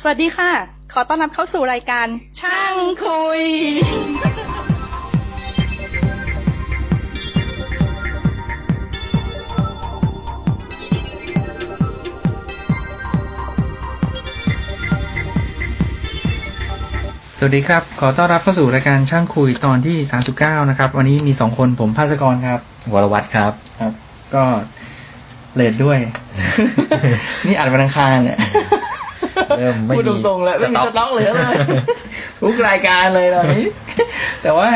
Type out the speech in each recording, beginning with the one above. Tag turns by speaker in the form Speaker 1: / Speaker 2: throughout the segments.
Speaker 1: สวัสดีค่ะ ขอต้อนรับเข้าสู่รายการ ช่างคุย
Speaker 2: สวัสดีครับ ขอต้อนรับเข้าสู่รายการช่างคุยตอนที่ 39 นะครับ วันนี้มี 2 คนผมภาสกรครับ
Speaker 3: วรวัตรครับ
Speaker 2: ครับ ก็เลดด้วย นี่อัดวันอังคารเนี่ย
Speaker 3: เริ่มไม่มี
Speaker 2: พูดตรงๆแล้วไม่ มี
Speaker 3: สต็อก
Speaker 2: สต็อกเหลือเลย ทุกรายการเลยตอนนี้ แต่ว่า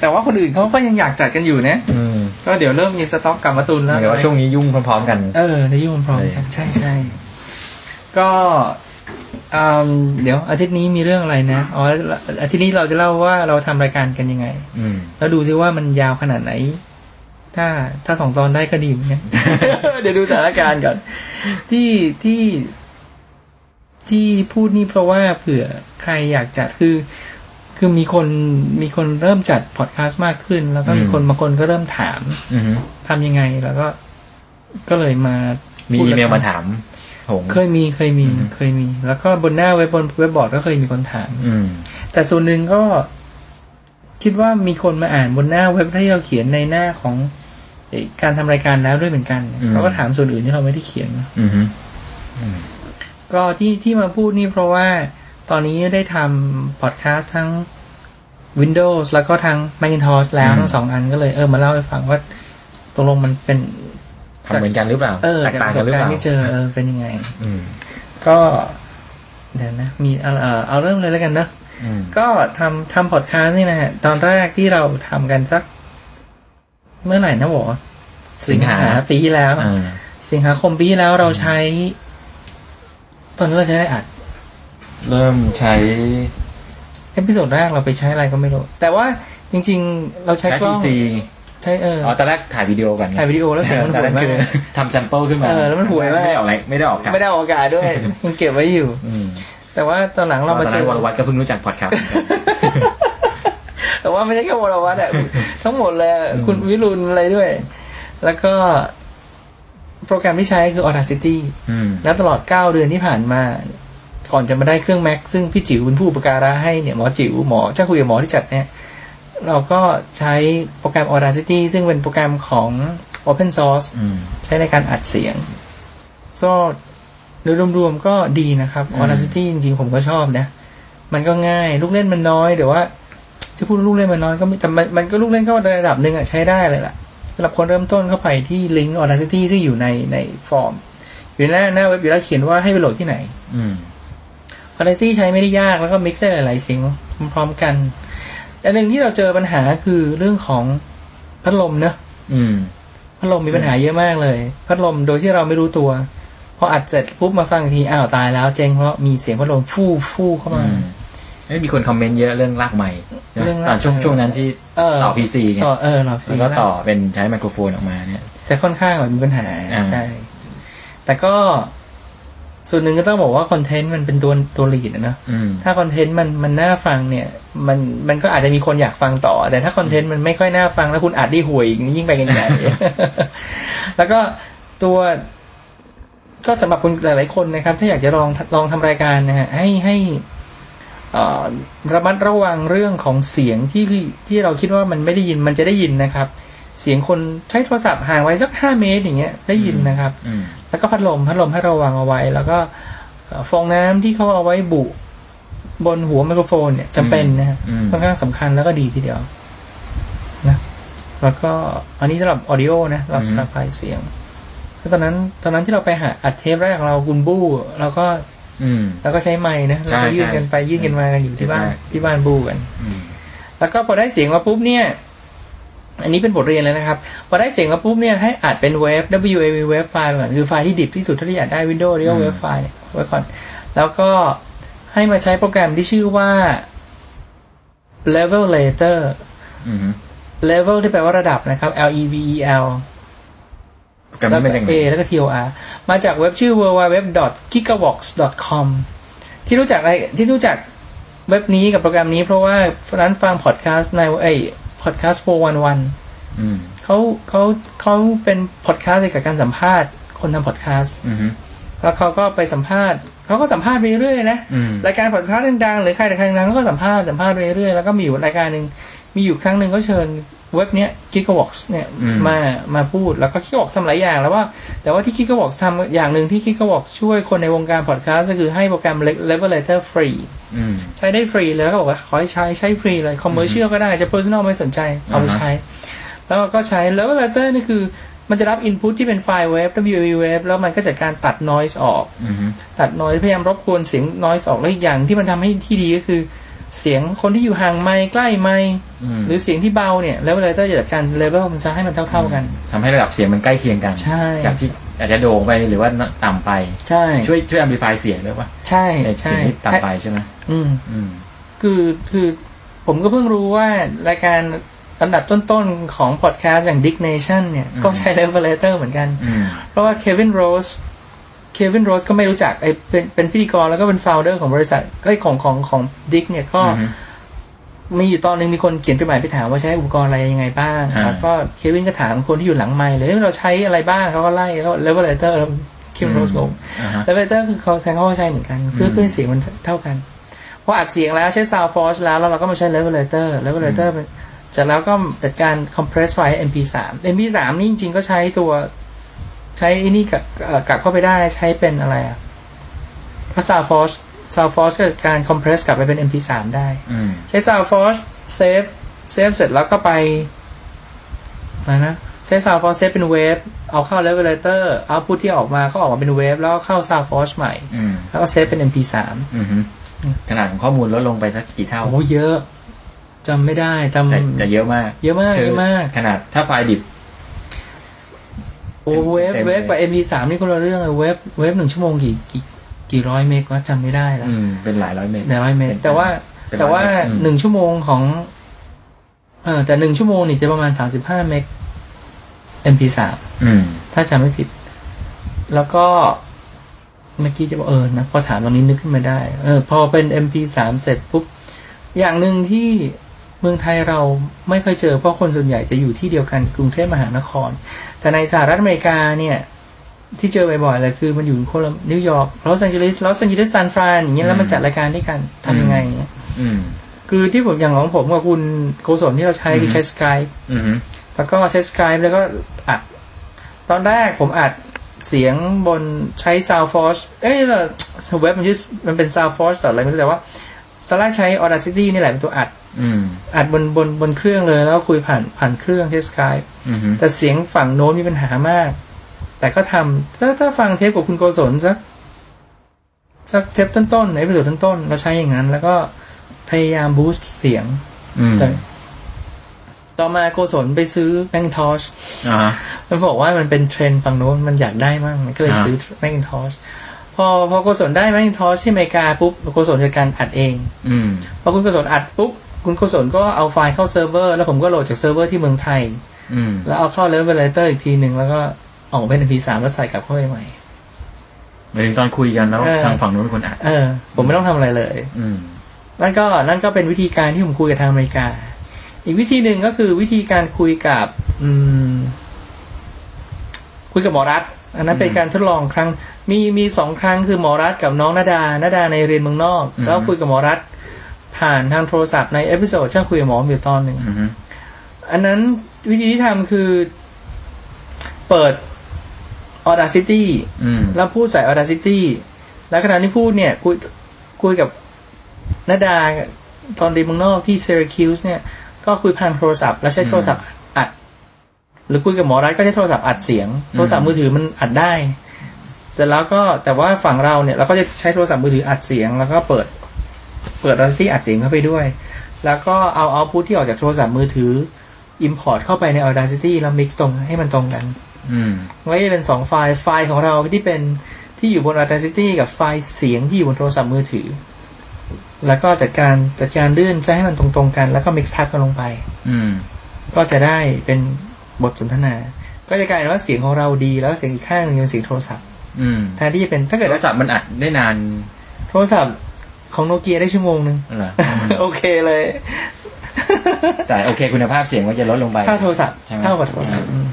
Speaker 2: แต่ว่าคนอื่นเขาก็ยังอยากจัดกันอยู่นะ
Speaker 3: อืม
Speaker 2: ก็เดี๋ยวเริ่มมีสต็อกกลับมาตุน
Speaker 3: เหมื
Speaker 2: แล้
Speaker 3: อน
Speaker 2: ว
Speaker 3: กับว่าช่วงนี้ยุ่งพร้อมๆกัน
Speaker 2: เออในยุ่งพร้อมครับ ใช่ใช่ก็อืมเดี๋ยวอาทิตย์นี้มีเรื่องอะไรนะอ๋ออาทิตย์นี้เราจะเล่าว่าเราทำรายการกันยังไง
Speaker 3: อืม
Speaker 2: แล้วดูซิว่ามันยาวขนาดไหน ถ้าถ้าสองตอนได้ก็ดีเหมือนกัน เดี๋ยวดูสถานการณ์ก่อน ที่ที่ที่พูดนี่เพราะว่าเผื่อใครอยากจัดคือ คือมีคนมีคนเริ่มจัดพอดแคสต์มากขึ้น แล้วก็มี
Speaker 3: อืม
Speaker 2: คนบางคนก็เริ่มถาม
Speaker 3: อือฮึ
Speaker 2: ทำยังไง แล้วก็ก็เลยมา
Speaker 3: มี
Speaker 2: พูด
Speaker 3: อีเมล
Speaker 2: แล้ว
Speaker 3: มาถามผม
Speaker 2: เคยมีเคยมี
Speaker 3: อืม
Speaker 2: เคยมี แล้วก็บนหน้าเว็บบนเว็บบอร์ดก็เคยมีคนถาม
Speaker 3: อืม
Speaker 2: แต่ส่วนหนึ่งก็คิดว่ามีคนมาอ่านบนหน้าเว็บที่เราเขียนในหน้าของเอ่อการทำรายการแล้วด้วยเหมือนกัน
Speaker 3: อืม
Speaker 2: เขาก็ถามส่วนอื่นที่เราไม่ได้เขียนนะ
Speaker 3: อือฮึอืม
Speaker 2: ก็ที่ที่มาพูดนี่เพราะว่าตอนนี้ได้ทำพอดแคสต์ทั้ง Windows แล้วก็ทั้ง Macintosh แล้ว
Speaker 3: อืม
Speaker 2: ทั้งสองอันก็เลยเออมาเล่าให้ฟังว่าตกลงมันเป็น
Speaker 3: ทำเหมือนกันหรือเปล่า
Speaker 2: เออ
Speaker 3: แตก
Speaker 2: จาก
Speaker 3: ต่า
Speaker 2: ป
Speaker 3: ง
Speaker 2: ระส
Speaker 3: กับ นหรือ
Speaker 2: การ
Speaker 3: เปล่า
Speaker 2: ณ์ที่เจอเออเป็นยังไง
Speaker 3: อืม
Speaker 2: ก็ เดี๋ยวนะ มีเอาเอ่อเอาเริ่มเลยแล้วกันเนอะ
Speaker 3: อืม
Speaker 2: ก็ทำทำพอดแคสต์นี่นะฮะ ตอนแรกที่เราทำกันสัก เมื่อไหร่นะบอกปีที่แล้ว
Speaker 3: อ่า
Speaker 2: สิงหาคมปีที่แล้วเราใช้ ตอนนั้นเราใช้อะไรอัด
Speaker 3: เริ่มใช้
Speaker 2: เอพิโซดแรกเราไปใช้อะไรก็ไม่รู้ แต่ว่าจริง ๆ เราใช้
Speaker 3: ใช้
Speaker 2: กล้
Speaker 3: พี
Speaker 2: อง
Speaker 3: ซี
Speaker 2: ใช้เออ
Speaker 3: อ๋อตอนแรกถ่ายวิดีโอก่อนไ
Speaker 2: ถ่ายวิดีโอแล้วเสียงมัน
Speaker 3: ตอแร
Speaker 2: ห่วยมาก
Speaker 3: คือทำแซมเปิลขึ้นมา
Speaker 2: เออแล้วมันห่วยมาก
Speaker 3: ไม่ได้ออกอะไรไม่ได้ออกกัน
Speaker 2: ไม่ได้ออกอากาศด้วย ยังเก็บไว้อยู่
Speaker 3: อืม
Speaker 2: แต่ว่าตอนหลังเรามาเจอ
Speaker 3: ตอนนั้นวรวัตรก็เพิ่งรู้จักพอดแคสต์
Speaker 2: แต่ว่าไม่ใช่แค่วรวัตรอะ ทั้งหมดเลยอะ
Speaker 3: อืม
Speaker 2: คุณวิรุณอะไรด้วย แล้วก็โปรแกรมที่ใช้คือ Audacity
Speaker 3: อืม
Speaker 2: แล้วตลอด 9 เดือนที่ผ่านมา ก่อนจะมาได้เครื่อง Mac ซึ่งพี่จิ๋วเป็นผู้อุประการะให้เนี่ยหมอจิ๋วหมอเจ้าคุยกับหมอที่จัดเนี่ย เราก็ใช้โปรแกรม Audacity ซึ่งเป็นโปรแกรมของ Open Source
Speaker 3: อืม
Speaker 2: ใช้ในการอัดเสียง ก็โดยรวมๆก็ดีนะครับ
Speaker 3: อืม
Speaker 2: Audacity จริงๆ ผมก็ชอบนะ มันก็ง่าย ลูกเล่นมันน้อยแต่ว่าจะพูดว่าลูกเล่นมันน้อยก็ไม่แต่มันมันก็ลูกเล่นก็ระดับหนึ่งอะใช้ได้เลยล่ะสำหรับคนเริ่มต้นเข้าไปที่ลิงก์ Audacity ซึ่งอยู่ในในฟอร์ม อยู่หน้าหน้าเว็บอยู่แล้วเขียนว่าให้ไปโหลดที่ไหน
Speaker 3: อืม
Speaker 2: Audacity ใช้ไม่ได้ยากแล้วก็มิกซ์ได้หลายๆเสียงพร้อมๆกันอันหนึ่งที่เราเจอปัญหาคือเรื่องของพัดลมเนอะ
Speaker 3: อืม
Speaker 2: พัดลมมีปัญหาเยอะมากเลย พัดลมโดยที่เราไม่รู้ตัว พออัดเสร็จปุ๊บมาฟังอีกทีอ้าวตายแล้วเจ๊งเพราะมีเสียงพัดลมฟู่ฟู่เข้ามา
Speaker 3: อืมเอ้ยมีคนคอมเมนต์เยอะเรื่องลากไม้
Speaker 2: เรื่องลาก
Speaker 3: ตอนช่วง
Speaker 2: ไมค์
Speaker 3: ช่วงนั้นที่
Speaker 2: เออ
Speaker 3: ต่อพีซีไง
Speaker 2: ต่อเออหลอบ
Speaker 3: แล้วก็ต่อเป็นใช้ไมโครโฟนออกมาเนี่ย
Speaker 2: จะค่อนข้างแบบมีปัญหา
Speaker 3: อ่า
Speaker 2: ใช่ แต่ก็ส่วนหนึ่งก็ต้องบอกว่าคอนเทนต์มันเป็นตัวตัวลีดนะเนอะ
Speaker 3: อืม
Speaker 2: ถ้าคอนเทนต์มันมันน่าฟังเนี่ย มันมันก็อาจจะมีคนอยากฟังต่อ แต่ถ้าคอนเทนต์มันไม่ค่อยน่าฟังแล้วคุณอัดได้ห่วยอีกนี่ยิ่งไปกันใหญ่ แล้วก็ตัว ก็สำหรับคนหลาย ๆ คนนะครับ ถ้าอยากจะลองลองทำรายการนะฮะให้ให้เอ่อระมัดระวังเรื่องของเสียงที่ที่เราคิดว่ามันไม่ได้ยินมันจะได้ยินนะครับ เสียงคนใช้โทรศัพท์ห่างไว้สักห้าเมตรอย่างเงี้ยได้ยินนะครับ
Speaker 3: อืม
Speaker 2: แล้วก็พัดลมพัดลมให้ระวังเอาไว้ แล้วก็เอ่อฟองน้ำที่เขาเอาไว้บุบนหัวไมโครโฟนเนี่ยจำเป็นนะฮะ
Speaker 3: อืม
Speaker 2: ค่อนข้างสำคัญแล้วก็ดีทีเดียวนะแล้วก็อันนี้สำหรับออดิโอนะสำหรับสปายเสียงแล้วตอนนั้น ตอนนั้นที่เราไปหาอัดเทปแรกของเราคุณบู้เราก็
Speaker 3: อืม
Speaker 2: เราก็ใช้ไม้นะ
Speaker 3: ใช่
Speaker 2: เราก็ยื่นกันไป
Speaker 3: ใช่
Speaker 2: ยื่นกันมากันอยู่ที่บ้าน
Speaker 3: ใช่
Speaker 2: ที่บ้านบู้กัน
Speaker 3: อืม
Speaker 2: แล้วก็พอได้เสียงมาปุ๊บเนี่ย อันนี้เป็นบทเรียนแล้วนะครับ พอได้เสียงมาปุ๊บเนี่ยให้อัดเป็นเวฟ WAV เวฟไฟล์ก่อนคือไฟล์ที่ดิบที่สุดเท่าที่อยากได้ Windows เรียก
Speaker 3: อืม
Speaker 2: เวฟไฟล์เนี่ยไว้ก่อน แล้วก็ให้มาใช้โปรแกรมที่ชื่อว่า Level Later
Speaker 3: อืม
Speaker 2: Level ที่แปลว่าระดับนะครับ L E V E L
Speaker 3: โปรแกรมนี้เป็นยังไง
Speaker 2: A แล้วก็ T O R มาจากเว็บชื่อ www.gigavox.com ที่รู้จักอะไรที่รู้จักเว็บนี้กับโปรแกรมนี้เพราะว่าร้านฟังพอดแคสต์ในเอ้พอดแคสต์411
Speaker 3: อืม
Speaker 2: เขาเขาเขาเป็นพอดแคสต์เกี่ยวกับการสัมภาษณ์คนทำพอดแคสต์
Speaker 3: อืม
Speaker 2: แล้วเขาก็ไปสัมภาษณ์ เขาก็สัมภาษณ์ไปเรื่อยเลยนะ
Speaker 3: อืม
Speaker 2: รายการพอดแคสต์ดังๆหรือใครแต่ใครดังๆเขาก็สัมภาษณ์สัมภาษณ์ไปเรื่อยแล้วก็มีอยู่รายการหนึ่งมีอยู่ครั้งหนึ่งเขาเชิญเว็บเนี้ยกิกวอล์กเนี่ย
Speaker 3: อืม
Speaker 2: มามาพูดแล้วก็กิกวอล์กทำหลายอย่างแล้วว่า แต่ว่าที่กิกวอล์กทำอย่างหนึ่งที่กิกวอล์กช่วยคนในวงการพอดแคสต์ก็คือให้โปรแกรม Levelator ฟรี
Speaker 3: อืม
Speaker 2: ใช้ได้ฟรีเลยแล้วก็บอกว่าขอให้ใช้ใช้ฟรีเลยคอมเมอร์เชียลก็ได้จะ personal ไม่สนใจ เอาไป
Speaker 3: อ่าฮะ
Speaker 2: ใช้ แล้วก็ใช้แล้ว letter นี่คือ มันจะรับ input ที่เป็นไฟล์เว็บ WAV เว็บแล้วมันก็จัดการตัด noise ออก
Speaker 3: อืมอืม
Speaker 2: ตัด noise พยายามรบกวนเสียง noise ออกแล้วอีกอย่างที่มันทำให้ที่ดีก็คือ เสียงคนที่อยู่ห่างไมค์ใกล้ไมค์
Speaker 3: อืม
Speaker 2: หรือเสียงที่เบาเนี่ยแล้ว letter จะจัดการ level มันซะให้มันเท่าๆกัน
Speaker 3: ทำให้ระดับเสียงมันใกล้เคียงกัน
Speaker 2: ใช่
Speaker 3: จากที่อาจจะโด่งไปหรือว่าต่ำไป
Speaker 2: ใช่
Speaker 3: ช่วยช่วยอัมพลิฟายเสียงด้วยป่ะ
Speaker 2: ใช่
Speaker 3: ไอ้
Speaker 2: ใช่
Speaker 3: เสียงที่ต่ำไปใช่ไหม
Speaker 2: อืม
Speaker 3: อืม
Speaker 2: คือคือผมก็เพิ่งรู้ว่ารายการอันดับต้นๆ ของพอดแคสต์อย่าง Dick Nation เนี่ย
Speaker 3: อืม
Speaker 2: ก็ใช้ Revelator เหมือนกัน
Speaker 3: อืม
Speaker 2: เพราะว่าเควินโรสเควินโรสก็ไม่รู้จักไอเป็นเป็นพิธีกรแล้วก็เป็น founder ของบริษัทไอยของของของดิกเนี่ยก็
Speaker 3: อืม
Speaker 2: มีอยู่ตอนหนึงมีคนเขียนจดหมายไปถามว่าใช้อุปกรณ์อะไรยังไงบ้าง
Speaker 3: อ่า
Speaker 2: แล้วก็เควินก็ถามคนที่อยู่หลังไมค์เลยเอ้ยเราใช้อะไรบ้างเขาก็ไล่แล้ว Revelator แล้วเควินโรสงง
Speaker 3: อ่าฮะ
Speaker 2: เลเวเตอร์คือเขาใช้เขาก็ใช้เหมือนกัน เพื่อ
Speaker 3: อืม
Speaker 2: เพื่อให้เสียงมันเท่ากันพออัดเสียงแล้วใช้ Sound Forge แล้วแล้วเราก็มาใช้เลเวลเตอร์เลเวลเตอร์จากแล้วก็จัดการ compress ไฟล์ MP3 MP3 นี่จริงๆก็ใช้ตัวใช้ไอันนี้กับเอ่อกลับเข้าไปได้ใช้เป็นอะไรอ่ะเพราะ Sound Forge Sound Forge ก็จัดการ compress กลับไปเป็น MP3 ได้
Speaker 3: ืม
Speaker 2: ใช้ Sound Forge save save เสร็จแล้วก็ไปอะไรนะใช้ Sound Forge save เป็นเวฟเอาเข้า Levelator เอาพุทที่ออกมาเขาออกมาเป็นเวฟแล้วเข้า Sound Forge ใหม่
Speaker 3: อืม
Speaker 2: แล้วก็เซฟเป็น MP3
Speaker 3: อืมฮึขนาดของข้อมูลลดลงไปสักกี่เท่า
Speaker 2: โอ้เยอะจำไม่ได้จำ
Speaker 3: แต่แต่เยอะมาก
Speaker 2: เยอะมาก
Speaker 3: คื
Speaker 2: เยอะมาก
Speaker 3: ขนาดถ้าไฟล์ดิบ
Speaker 2: โอ้เวฟ
Speaker 3: เต็มๆ
Speaker 2: เวฟกับ
Speaker 3: เลย
Speaker 2: MP3 นี่คนละเรื่องเลยเวฟเวฟหนึ่งชั่วโมงกี่กี่กี่ร้อยเมกวะจำไม่ได้ละ
Speaker 3: อืม เป็นหลายร้อยเมตร
Speaker 2: แต่ร้อยเมกแต่ว่า
Speaker 3: เป็นร้อย
Speaker 2: แต่ว่า
Speaker 3: เมกอืม
Speaker 2: หนึ่งชั่วโมงของเออแต่หนึ่งชั่วโมงนี่จะประมาณสามสิบห้าเมก MP3
Speaker 3: อืม
Speaker 2: ถ้าจำไม่ผิด แล้วก็เมื่อกี้จะบอกเออนะพอถามตรงนี้นึกขึ้นมาได้ เออ พอเป็น MP3 เสร็จปุ๊บ อย่างหนึ่งที่เมืองไทยเราไม่ค่อยเจอ เพราะคนส่วนใหญ่จะอยู่ที่เดียวกันกรุงเทพมหานคร แต่ในสหรัฐอเมริกาเนี่ย ที่เจอบ่อยๆเลยคือมันอยู่คนละนิวยอร์กลอสแองเจลิสลอสแองเจลิสซานฟรานอย่างเงี้ยแล้วมันจัดรายการด้วยกันทำยังไงอย่างเงี้ย
Speaker 3: อืม
Speaker 2: คือที่ผมอย่างของผมกับคุณโกศลที่เราใช้คือใช้สกาย
Speaker 3: อืมฮึ
Speaker 2: แล้วก็ใช้ Skype แล้วก็อัด ตอนแรกผมอัดเสียงบนใช้ SoundForge เอ้ยเอ่อเว็บมันชื่อมันเป็น SoundForge ต่ออะไรไม่รู้แต่ว่า ตอนแรกใช้ Audacity นี่แหละเป็นตัวอัด
Speaker 3: อืม
Speaker 2: อัดบนบนบนเครื่องเลย แล้วก็คุยผ่านผ่านเครื่องใช้ Skype
Speaker 3: อืมฮึ
Speaker 2: แต่เสียงฝั่งโน้นมีปัญหามาก แต่ก็ทำถ้าถ้าฟังเทปกับคุณโกศลสักสักเทปต้นๆในประโยชน์ต้นๆเราใช้อย่างนั้น แล้วก็พยายามบูสต์เสียง
Speaker 3: อืม
Speaker 2: แต่ต่อมาโกศลไปซื้อแม t ทอช
Speaker 3: อ่าฮะ
Speaker 2: มันบอกว่ามันเป็นเทรนด์ฝั่งโน้นมันอยากได้มากมันก็เลย
Speaker 3: อ่า
Speaker 2: ซื้อแม t ทอชพอพอโกศลได้แม t ทอชที่อเมริกาปุ๊บโกศลจัดการอัดเอง
Speaker 3: อืม
Speaker 2: พอคุณโกศลอัดปุ๊บ คุณโกศลก็เอาไฟล์เข้าเซิร์ฟเวอร์ แล้วผมก็โหลดจากเซิร์ฟเวอร์ที่เมืองไทย
Speaker 3: อืม
Speaker 2: แล้วเอาเข้าเลเวลเตอร์อีกทีหนึ่งแล้วก็ออกมาเป็น MP3 แล้วใส่กลับเข้าไปใหม่
Speaker 3: หมายถึงตอนคุยกันแล้ว
Speaker 2: เออ
Speaker 3: ทางฝั่งนู้นเป็นคนอัด
Speaker 2: เออ ผมไม่ต้องทำอะไรเลย
Speaker 3: อืม
Speaker 2: นั่นก็นั่นก็เป็นวิธีการที่ผมคุยกับทางอเมริกา อีกวิธีหนึ่งก็คือวิธีการคุยกับ อืม คุยกับหมอรัฐ อันนั้นเป็น
Speaker 3: อืม
Speaker 2: การทดลองครั้ง มีมีสองครั้งคือหมอรัฐกับน้องนาดานาดาในเรียนเมืองนอก
Speaker 3: อืม
Speaker 2: แล้วคุยกับหมอรัฐ ผ่านทางโทรศัพท์ในเอพิโซดช่างคุยกับหมออยู่ตอนหนึ่ง
Speaker 3: อืมฮึ
Speaker 2: อันนั้นวิธีที่ทำคือเปิด Audacity
Speaker 3: อืม
Speaker 2: แล้วพูดใส่ Audacity แล้วขณะที่พูดเนี่ยคุยคุยกับนาดาตอนเรียนเมืองนอกที่ Syracuse เนี่ย ก็คุยผ่านโทรศัพท์ แล้วใช้โทรศัพท์อัด หรือคุยกับหมอรัฐก็ใช้โทรศัพท์อัดเสียง โทรศัพท์มือถือมันอัดได้ เสร็จแล้วก็แต่ว่าฝั่งเราเนี่ยเราก็จะใช้โทรศัพท์มือถืออัดเสียง แล้วก็เปิด เปิด Audacity อัดเสียงเข้าไปด้วย แล้วก็เอาเอาพุทที่ออกจากโทรศัพท์มือถือ Import เข้าไปใน Audacity แล้ว mix ตรงให้มันตรงกัน
Speaker 3: อืม
Speaker 2: ไว้จะเป็นสองไฟล์ ไฟล์ของเราที่เป็นที่อยู่บน Audacity กับไฟล์เสียงที่อยู่บนโทรศัพท์มือถือ แล้วก็จัดการจัดการเลื่อนจะให้มันตรงๆกัน แล้วก็ mix tab กันลงไป
Speaker 3: อืม
Speaker 2: ก็จะได้เป็นบทสนทนา ก็จะกลายเป็นว่าเสียงของเราดี แล้วเสียงอีกข้างหนึงเป็นเสียงโทรศัพท์
Speaker 3: อืม
Speaker 2: แทนที่จะเป็นถ้า
Speaker 3: โท
Speaker 2: เกิด
Speaker 3: รศัพท์มันอัดได้นาน
Speaker 2: โทรศัพท์ของโนเกียได้ชั่วโมงหนึ่ง
Speaker 3: เหรอ
Speaker 2: โอเคเลย
Speaker 3: แต่โอเคคุณภาพเสียงก็จะลดลงไป
Speaker 2: ถ้าโทรศัพท์
Speaker 3: ใช่ไหม
Speaker 2: เท่ากับโทรศัพท์อืม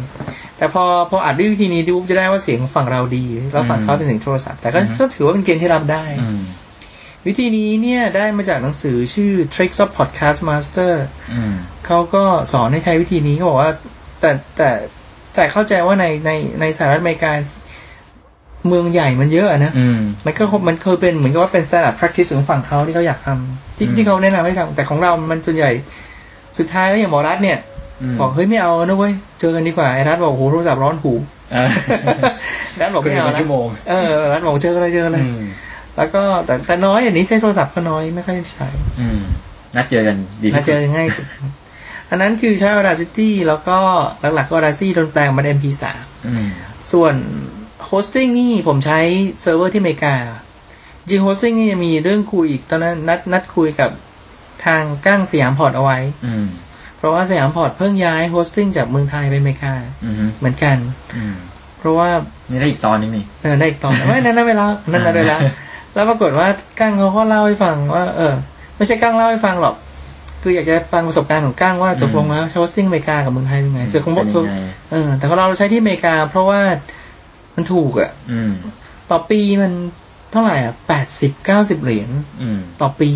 Speaker 2: แต่พอพออัดด้วยวิธีนี้ดูจะได้ว่าเสียงฝั่งเราดี แล้วฝั่งเขาเป็นเสียงโทรศัพท์ แต่ก็
Speaker 3: อืม
Speaker 2: ก็ถือว่าเป็นเกณฑ์ที่รับได้
Speaker 3: อืม
Speaker 2: วิธีนี้เนี่ยได้มาจากหนังสือชื่อ Tricks of Podcast Master
Speaker 3: อืม
Speaker 2: เขาก็สอนให้ใช้วิธีนี้เขาบอกว่า แต่แต่แต่เข้าใจว่าในในในสหรัฐอเมริกาเมืองใหญ่มันเยอะอะนะ
Speaker 3: อืม
Speaker 2: มันก็คงมันเคยเป็นเหมือนกับว่าเป็น standard practice ของฝั่งเขาที่เขาอยากทำที่
Speaker 3: อืม
Speaker 2: ที่เขาแนะนำให้ทำแต่ของเรามันส่วนใหญ่ สุดท้ายแล้วอย่างหมอรัฐเนี่ย
Speaker 3: ม
Speaker 2: บอกเฮ้ยไม่เอานะเว้ยเจอกันดีกว่าไอ้รัฐบอกโอ้โหโทรศัพท์ร้อนหู
Speaker 3: อ่า
Speaker 2: รัฐบอกไม่เอา
Speaker 3: คุยกัน
Speaker 2: นะ
Speaker 3: ชั่วโมง
Speaker 2: เออรัฐบอกเจอกันเลยเจอกันเลย
Speaker 3: อืม
Speaker 2: แล้วก็แต่แต่น้อยอันนี้ใช้โทรศัพท์ก็น้อยไม่ค่อยได้ใช้
Speaker 3: อืมนัดเจอกันดีที่
Speaker 2: ถ้า
Speaker 3: สุด
Speaker 2: เจอง่ายสุด อันนั้นคือใช้ Audacity แล้วก็หลักๆก็ Audacity โดนแปลงมาเป็น MP3
Speaker 3: อืม
Speaker 2: ส่วน Hosting นี่ผมใช้เซิร์ฟเวอร์ที่อเมริกา จริง Hosting นี่มีเรื่องคุยอีกตอนนั้นนัดนัดคุยกับทางก้างสยามพอร์ตเอาไว้
Speaker 3: อืม
Speaker 2: เพราะว่าสยามพอร์ตเพิ่งย้าย Hosting จากเมืองไทยไปอเมริกา
Speaker 3: อืม
Speaker 2: เหมือนกัน
Speaker 3: อืม
Speaker 2: เพราะว่า
Speaker 3: นี่ได้อีกตอนนึงนี่
Speaker 2: เออได้อีก ตอนไม่นั้นนะเวลานั่นนะเวลาแล้วปรากฏว่ากั้งเขาก็เล่าให้ฟังว่า เออ ไม่ใช่กั้งเล่าให้ฟังหรอก คืออยากจะฟังประสบการณ์ของกั้งว่า
Speaker 3: อืม
Speaker 2: ตกลงแล้วโฮสติ้งอเมริกากับเมืองไทยเป็นไง
Speaker 3: อืม
Speaker 2: เจอคงบอก
Speaker 3: เป็นยังไง
Speaker 2: เออ แต่ของเราใช้ที่อเมริกา เพราะว่ามันถูกอะ
Speaker 3: อืม
Speaker 2: ต่อปีมันเท่าไหร่อ่ะแปดสิบเก้าสิบเหรียญ
Speaker 3: อืม
Speaker 2: ต่อปี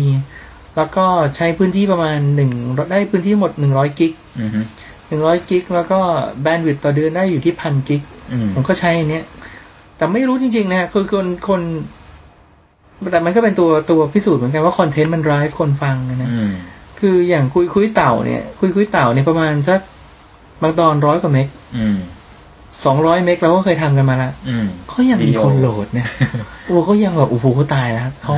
Speaker 2: แล้วก็ใช้พื้นที่ประมาณหนึ่งได้พื้นที่หมดหนึ่งร้อยกิก
Speaker 3: อืม
Speaker 2: หนึ่งร้อยกิกแล้วก็แบนด์วิดต์ต่อเดือนได้อยู่ที่พันกิก
Speaker 3: อืม
Speaker 2: ผมก็ใช้อันเนี้ย แต่ไม่รู้จริงๆนะคือคนคน แต่มันก็เป็นตัวตัวพิสูจน์เหมือนกันว่าคอนเทนต์มันร้ายคนฟังนะ
Speaker 3: อืม
Speaker 2: คืออย่างคุยคุยเต่าเนี่ย คุยคุยเต่าเนี่ยประมาณสักบางตอนร้อยกว่าเมก
Speaker 3: อืม
Speaker 2: สองร้อยเมกเราก็เคยทำกันมาละ
Speaker 3: อืม
Speaker 2: เขายังมีคนโหลดนะโอ้เขายังแบบโอ้โหตายแล้วเขา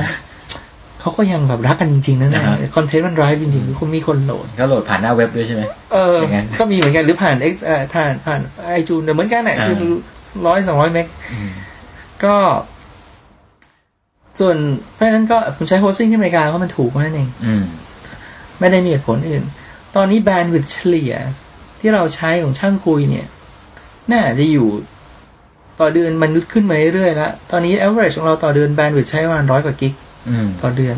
Speaker 2: เขาก็ยังแบบรักกันจริงๆนะเนี่ย
Speaker 3: นะครับ
Speaker 2: คอนเทนต์มันร้ายจริงๆคุณมีคนโหลด
Speaker 3: ก็โหลดผ่านหน้าเว็บด้วยใช่ไหม
Speaker 2: เออ
Speaker 3: ย่างนั้น
Speaker 2: ก็มีเหมือนกันหรือผ่าน X เอ่อผ่านผ่านไอจูนเหมือนกันแหละคือ
Speaker 3: อ่า
Speaker 2: ร้อยสองร้อยเมก
Speaker 3: อืม
Speaker 2: ก็ส่วนเพราะฉะนั้นก็ผมใช้โฮสติ้งที่อเมริกาเพราะมันถูกมากนั่นเอง
Speaker 3: อืม
Speaker 2: ไม่ได้มีเหตุผลอื่น ตอนนี้แบนด์วิดเฉลี่ย ที่เราใช้ของช่างคุยเนี่ย น่าจะอยู่ ต่อเดือนมันขึ้นมาเรื่อยๆแล้ว ตอนนี้ average ของเราต่อเดือนแบนด์วิดใช้ประมาณร้อยกว่ากิก
Speaker 3: อืม
Speaker 2: ต่อเดือน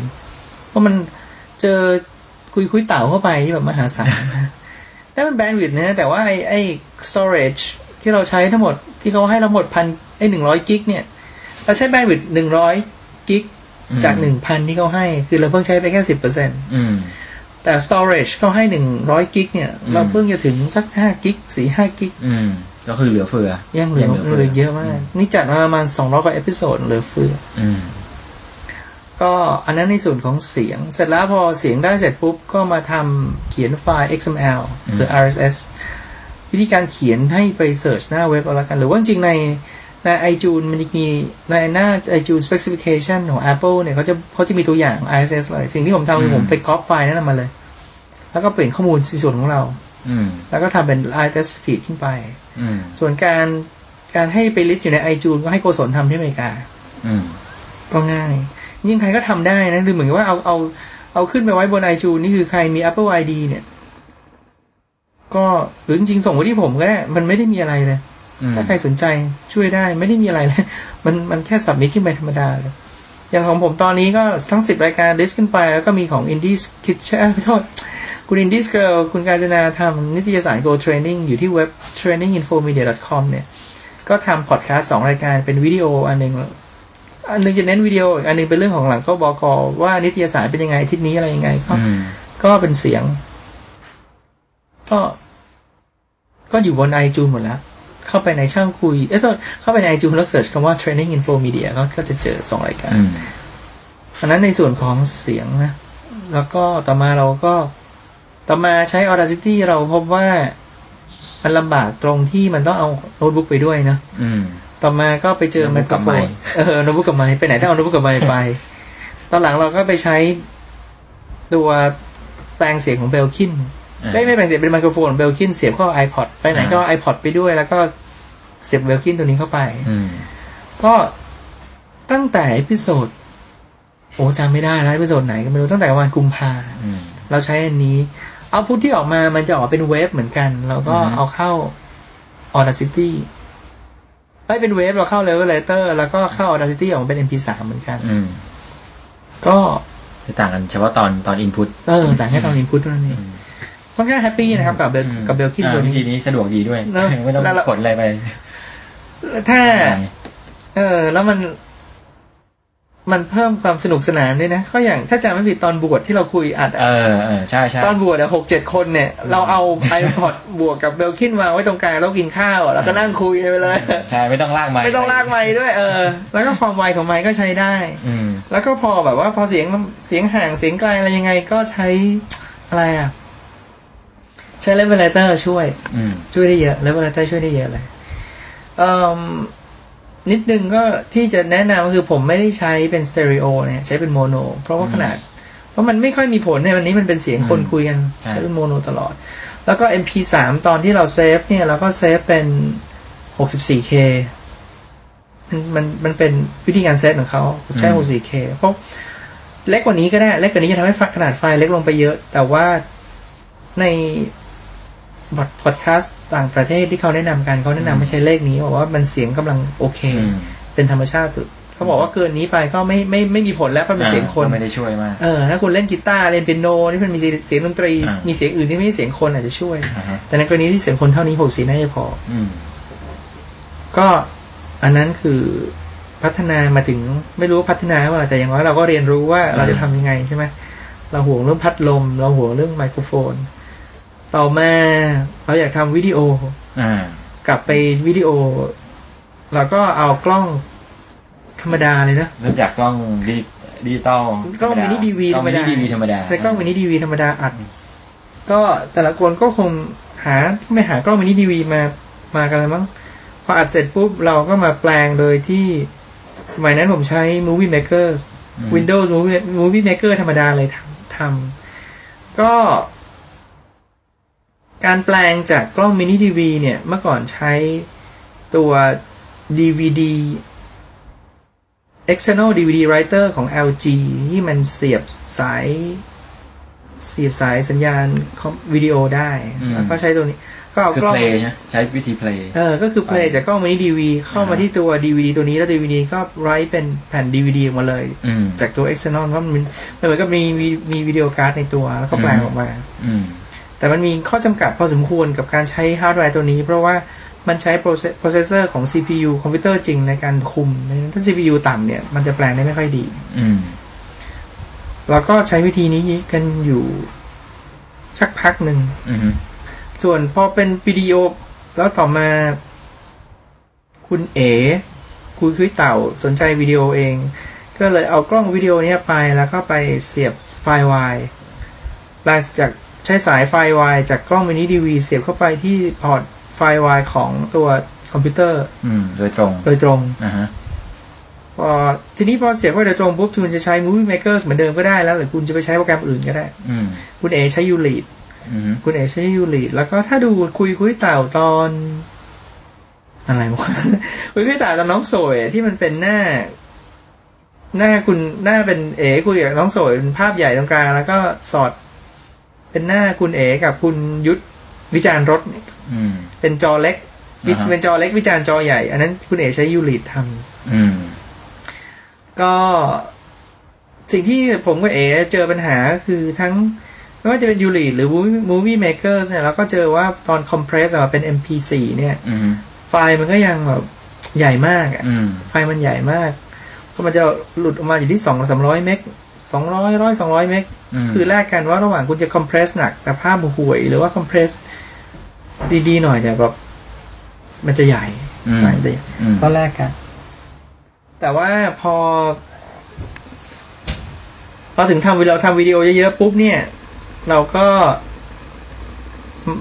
Speaker 2: เพราะมันเจอคุยคุยเต่าเข้าไปที่แบบมหาศาล นั่นมันแบนด์วิดต์นะแต่ว่าไอ้ไอ้ storage ที่เราใช้ทั้งหมดที่เขาให้เราหมดพันไอ้หนึ่งร้อยกิกเนี่ย เราใช้แบนด์วิดต์หนึ่งร้อยกิก
Speaker 3: อืม
Speaker 2: จากหนึ่งพันที่เขาให้ คือเราเพิ่งใช้ไปแค่สิบเปอร์เซ็นต
Speaker 3: อืม
Speaker 2: แต่ storage เขาให้ 100 กิก เนี่ย
Speaker 3: อืม
Speaker 2: เราเพิ่งจะถึงสัก 5 กิก 4 5 กิก
Speaker 3: อืม ก็คือเหลือเฟือ
Speaker 2: ยังเหลือเหลือเยอะมาก นี่จัดมาประมาณ 200 กว่าเอพิโซดเหลือเฟือ
Speaker 3: อืม
Speaker 2: ก็อันนั้นในส่วนของเสียง เสร็จแล้วพอเสียงได้เสร็จปุ๊บ ก็มาทำเขียนไฟล์ XML หรือ
Speaker 3: ม
Speaker 2: RSS วิธีการเขียนให้ไปเสิร์ชหน้าเว็บเอาละกัน หรือว่าจริงๆในใน iTunes มันจะมีในหน้า iTunes specification ของ Apple เนี่ยเขาจะเขาจะมีตัวอย่าง RSS เลยสิ่งที่ผมทำคืออ
Speaker 3: ม
Speaker 2: ผมไปก๊อปไฟล์นั้นมาเลย แล้วก็เปลี่ยนข้อมูลในส่วนของเรา
Speaker 3: อืม
Speaker 2: แล้วก็ทำเป็น RSS feed ขึ้นไป
Speaker 3: อืม
Speaker 2: ส่วนการการให้ไปลิสต์อยู่ใน iTunes ก็ให้โกศลทำที่อเมริกา
Speaker 3: อืม
Speaker 2: ก็ง่าย ยิ่งใครก็ทำได้นะคือเหมือนกับว่าเอาเอาเอาขึ้นไปไว้บน iTunes นี่คือใครมี Apple ID เนี่ย ก็หรือจริงๆส่งมาที่ผมก็ได้มันไม่ได้มีอะไรเลย
Speaker 3: อืม
Speaker 2: ถ้าใครสนใจช่วยได้ไม่ได้มีอะไรเลย มันมันแค่สับมิดขึ้นไปธรรมดาเลย อย่างของผมตอนนี้ก็ทั้งสิบรายการดิสขึ้นไป แล้วก็มีของ Indies Kitchen เอ้ยขอ โทษ คุณ Indies Girl คุณกาญจนาทำนิตยสาร Go Training อยู่ที่เว็บ traininginfomedia.com เนี่ย ก็ทำพอดแคสต์สองรายการเป็นวิดีโออันหนึ่งอันหนึงจะเน้นวิดีโออีกอันหนึงเป็นเรื่องของหลังก็บอกอว่านิตยสารเป็นยังไงอาทิศนี้อะไรยังไงก็
Speaker 3: อืม
Speaker 2: ก็เป็นเสียง ก็ ก็อยู่บน iTunes หมดแล้ว เข้าไปในช่างคุย เอ้ยโทษเข้าไปใน iTunes แล้วเสิร์ชคำว่า Training Info Media ก็ก็จะเจอสองรายการ
Speaker 3: อืม
Speaker 2: อันนั้นในส่วนของเสียงนะ แล้วก็ต่อมาเราก็ ต่อมาใช้ Audacity เราพบว่ามันลำบากตรงที่มันต้องเอาโน้ตบุ๊กไปด้วยนะ
Speaker 3: อืม
Speaker 2: ต่อมาก็ไปเจอ
Speaker 3: โน้
Speaker 2: ไม
Speaker 3: ตบุ๊ก
Speaker 2: โค
Speaker 3: กั
Speaker 2: ร
Speaker 3: บ
Speaker 2: โฟ
Speaker 3: ไม
Speaker 2: น
Speaker 3: ค์
Speaker 2: เออโน้ตบุ๊กกับไมค์ไปไหนต้องเอาโน้ตบุ๊กกับไมค์ไป ตอนหลังเราก็ไปใช้ตัวแปลงเสียงของเบลคิน
Speaker 3: อ่า
Speaker 2: ไม่ไม่แปลงเสียงเป็นไมโครโฟนเบลคินเสียบเข้า iPod ไปไหนก็
Speaker 3: อ่า
Speaker 2: iPod ไปด้วย แล้วก็เสียบเบลคินตัวนี้เข้าไป
Speaker 3: อืม
Speaker 2: ก็ตั้งแต่เอพิโซดโอ้จำไม่ได้แล้วเอพิโซดไหนก็ไม่รู้ตั้งแต่ประมาณกุมภา
Speaker 3: อืม
Speaker 2: เราใช้อันนี้ เอาพุทที่ออกมามันจะออกมาเป็นเวฟเหมือนกันแล้วก็
Speaker 3: อือฮึ
Speaker 2: เอาเข้า Audacity ไม่เป็นเวฟเราเข้า Levelator แล้วก็เข้า Audacity ออกมาเป็น MP3 เหมือนกัน
Speaker 3: อืม
Speaker 2: ก็
Speaker 3: จะต่างกันเฉพาะตอนตอนอินพุต
Speaker 2: เออแต่แค่ตอนนี้พุทเท่านั้นเอง ค่อนข้างแฮปปี้นะครับกับเบล
Speaker 3: อืม
Speaker 2: กับเบลคินตัว
Speaker 3: อ่าวิธี
Speaker 2: นี้
Speaker 3: นี้สะดวกดีด้วย
Speaker 2: เนอะ
Speaker 3: ไม่ต้อง
Speaker 2: แล้วเรา
Speaker 3: ขนอะไรไป
Speaker 2: ถ้า เออ แล้วมัน มันเพิ่มความสนุกสนานด้วยนะก็อย่างถ้าจำไม่ผิดตอนบวชที่เราคุยอัดอะ
Speaker 3: เออเออใช่ใช่
Speaker 2: ตอนบวชอะหกเจ็ดคนเนี่ย เรา เอาไอพอด บวกกับเบลคินมางไว้ตรงกลางแล้วกินข้าวอะแล้วก็นั่งคุยไปเลย
Speaker 3: ใช่ไม่ต้องลากไม้
Speaker 2: ไม่ต้องลากไม้ด้วย เออ แล้วก็ความไวของไม้ก็ใช้ได้
Speaker 3: อืม
Speaker 2: แล้วก็พอแบบว่าพอเสียงมันเสียงห่างเสียงไกลอะไรยังไงก็ใช้อะไรอะใช้เลเวลเตอร์ช่วย
Speaker 3: อืม
Speaker 2: ช่วยได้เยอะเลเวลเตอร์ช่วยได้เยอะเลยเอิ่มนิดนึงก็ที่จะแนะนำก็คือผมไม่ได้ใช้เป็นสเตอริโอเนี่ยใช้เป็นโมโน เพราะว่า
Speaker 3: อืม
Speaker 2: ขนาด เพราะมันไม่ค่อยมีผลในวันนี้มันเป็นเสียงคน
Speaker 3: อืม
Speaker 2: คุยกัน
Speaker 3: ใช่
Speaker 2: ใช้เป็นโมโนตลอด แล้วก็ MP3 ตอนที่เราเซฟเนี่ยเราก็เซฟเป็น 64K มันมันมันเป็นวิธีการเซฟของเขาใช้ 64K เพราะเล็กกว่านี้ก็ได้ เล็กกว่านี้จะทำให้ขนาดไฟล์เล็กลงไปเยอะ แต่ว่าใน บอดพอดแคสต์ต่างประเทศที่เขาแนะนำกันเขาแนะนำไม่ใช้เลขนี้บอกว่ามันเสียงกำลังโอเค
Speaker 3: อืม
Speaker 2: เป็นธรรมชาติสุด เขาบอกว่าเกินนี้ไปก็ไม่ไม่ไม่มีผลแล้วเพราะเป็นเสียงคน
Speaker 3: อ่าก็ไม่ได้ช่วยมาก
Speaker 2: เออถ้าคุณเล่นกีตาร์เล่นเปียโนนี่มันมีเสียงดนตรี
Speaker 3: อ่ามี
Speaker 2: มีเสียงอื่นที่ไม่ใช่เสียงคนอาจจะช่วย
Speaker 3: อ่าฮะ
Speaker 2: แต่ในกรณีที่เสียงคนเท่านี้หกสีน่าจะพอ
Speaker 3: อืม
Speaker 2: ก็อันนั้นคือพัฒนามาถึงไม่รู้ว่าพัฒนาว่าแต่อย่างน้อยเราก็เรียนรู้ว่า
Speaker 3: อืม
Speaker 2: เราจะทำยังไงใช่ไหมเราห่วงเรื่องพัดลม เราห่วงเรื่องไมโครโฟน ต่อมาเราอยากทำวิดีโอ
Speaker 3: อ่า
Speaker 2: กลับไปวิดีโอ เราก็เอากล้องธรรมดาเลยนะ
Speaker 3: เริ่มจากกล้องดิดิจิตอล
Speaker 2: กล้องมินิดีวี
Speaker 3: กล้องมินิดีวีธรรมดา
Speaker 2: ใช้กล้องมินิดีวีธรรมดาอัด ก็แต่ละคนก็คงหาไม่หากล้องมินิดีวีมามากันแล้วมั้งพออัดเสร็จปุ๊บ เราก็มาแปลงโดยที่สมัยนั้นผมใช้ Movie Maker
Speaker 3: อืม
Speaker 2: Windows Movie Movie Maker ธรรมดาเลยทำทำก็ การแปลงจากกล้องมินิดีวีเนี่ย เมื่อก่อนใช้ตัว DVD external DVD writer ของ LG ที่มันเสียบสาย เสียบสายสัญญาณคอมวิดีโอได้
Speaker 3: อืม
Speaker 2: แล้วก็ใช้ตัวนี้ ก็เอา
Speaker 3: คือก
Speaker 2: ล้อง
Speaker 3: เพลย์ใช่ไหมใช้วิธีเพลย์
Speaker 2: เออ ก็คือเพล
Speaker 3: ไป
Speaker 2: ย์จากกล้องมินิดีวีเข้ามา
Speaker 3: อ่า
Speaker 2: ที่ตัว DVD ตัวนี้แล้ว DVD ก็ไรเป็นแผ่น DVD ออกมาเลย
Speaker 3: อืม
Speaker 2: จากตัว external เพราะมันมันเหมือนกับมีมีมีวิดีโอการ์ดในตัว แล้วก็แปลง
Speaker 3: อืม
Speaker 2: ออกมา
Speaker 3: อืม
Speaker 2: แต่มันมีข้อจำกัดพอสมควรกับการใช้ฮาร์ดแวร์ตัวนี้ เพราะว่ามันใช้โปรเซสเซอร์ของ CPU คอมพิวเตอร์จริงในการคุมดังนั้นถ้า CPU ต่ำเนี่ย มันจะแปลงได้ไม่ค่อยดี
Speaker 3: อืม
Speaker 2: แล้วก็ใช้วิธีนี้กันอยู่สักพักหนึ่ง
Speaker 3: อืม
Speaker 2: ส่วนพอเป็นวิดีโอแล้วต่อมา คุณเอ๋คุณคุยเต่าสนใจวิดีโอเอง ก็เลยเอากล้องวิดีโอเนี้ยไปแล้วก็ไปเสียบไฟล์ Y หลังจากใช้สายไฟล์ Y จากกล้องมินิดีวีเสียบเข้าไปที่พอร์ตไฟล์ Y ของตัวคอมพิวเตอร์
Speaker 3: อืม โดยตรง
Speaker 2: โดยตรง
Speaker 3: อ่าฮะ
Speaker 2: พอทีนี้พอเสียบเข้าไปโดยตรงปุ๊บคุณจะใช้ Movie Maker เหมือนเดิมก็ได้แล้วหรือคุณจะไปใช้โปรแกรมอื่นก็ได้
Speaker 3: อืม
Speaker 2: คุณเอใช้ยูลีด
Speaker 3: อืม
Speaker 2: คุณเอกชยยูริแล้วก็ถ้าดูคุยคุยเต่าตอน อะไรวะ คุยคุยเต่าตอนน้องโสวยที่มันเป็นหน้า หน้าคุณหน้าเป็นเอ๋คุยกับน้องโสวยเป็นภาพใหญ่ตรงกลางแล้วก็สอด เป็นหน้าคุณเอ๋กับคุณยุทธวิจารณ์รถเนี่ย
Speaker 3: อืม
Speaker 2: เป็นจอเล็กวิ
Speaker 3: อ่าฮะ
Speaker 2: เป็นจอเล็กวิจารณ์จอใหญ่ อันนั้นคุณเอ๋ใช้ยูริทำ
Speaker 3: อืม
Speaker 2: ก็สิ่งที่ผมกับเอ๋เจอปัญหาก็คือทั้ง ไม่ว่าจะเป็นยูริหรือ Movie- Movie Maker เนี่ยเราก็เจอว่าตอน compress ออกมาเป็น MP4 เนี่ย
Speaker 3: อืม
Speaker 2: ไฟล์มันก็ยังแบบใหญ่มากอะ
Speaker 3: อืม
Speaker 2: ไฟล์มันใหญ่มากก็มันจะหลุดออกมาอยู่ที่สองสามร้อยเมกสองร้อยร้อยสองร้อยเมก
Speaker 3: อืม
Speaker 2: คือแลกกันว่าระหว่างคุณจะ compress หนัก แต่ภาพห่วยหรือว่า compress ดีๆหน่อยแต่แบบมันจะใหญ่
Speaker 3: อืม
Speaker 2: ไฟล์มันจะใหญ่
Speaker 3: อืม
Speaker 2: ก็แลกกัน แต่ว่าพอ พอถึงทำวิเราทำวิดีโอเยอะๆปุ๊บเนี่ย เราก็อืม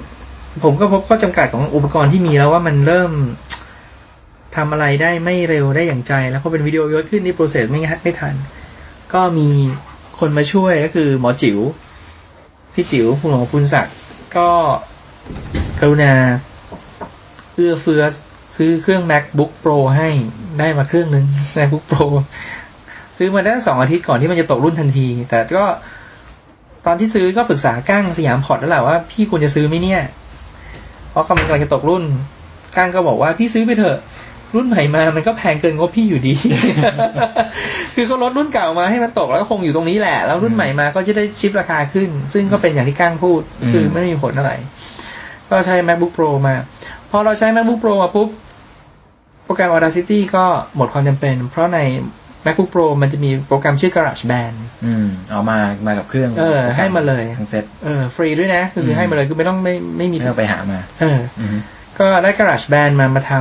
Speaker 2: ผมก็พบข้อจำกัดของอุปกรณ์ที่มีแล้วว่ามันเริ่มทำอะไรได้ไม่เร็วได้อย่างใจ แล้วพอเป็นวิดีโอเยอะขึ้นนี่โปรเซสไม่ง่ายไม่ทัน ก็มีคนมาช่วยก็คือหมอจิ๋วพี่จิ๋วคุณหมอคุณศักดิ์ก็กรุณา เอื้อเฟื้อซื้อเครื่อง macbook pro ให้ได้มาเครื่องหนึ่ง macbook pro ซื้อมาได้สองอาทิตย์ก่อนที่มันจะตกรุ่นทันที แต่ก็ตอนที่ซื้อก็ปรึกษาก้างสยามพอร์ตแล้วแหละว่าพี่ควรจะซื้อไหมเนี่ย เพราะกำลังจะตกรุ่นก้างก็บอกว่าพี่ซื้อไปเถอะ รุ่นใหม่มามันก็แพงเกินงบพี่อยู่ดี คือเขาลดรุ่นเก่ามาให้มันตกแล้วก็คงอยู่ตรงนี้แหละ แล้วรุ่นใหม่มาก็จะได้ชิปราคาขึ้น ซึ่งก็เป็นอย่างที่ก้างพูด
Speaker 3: อืม
Speaker 2: คือไม่มีผลอะไร เราใช้ macbook pro มา พอเราใช้ macbook pro มาปุ๊บ โปรแกรม audacity ก็หมดความจำเป็น เพราะใน macbook pro มันจะมีโปรแกรมชื่อ garageband
Speaker 3: อืมเอามามากับเครื่อง
Speaker 2: เออให้มาเลย
Speaker 3: ทั้งเซ็ต
Speaker 2: เออฟรีด้วยนะ คือ
Speaker 3: อืม
Speaker 2: ให้มาเลยคือไม่ต้องไม่ไม่มี
Speaker 3: ไม่ต้องไปหามา
Speaker 2: เออ
Speaker 3: อืม
Speaker 2: ก็ได้ GarageBand มามาท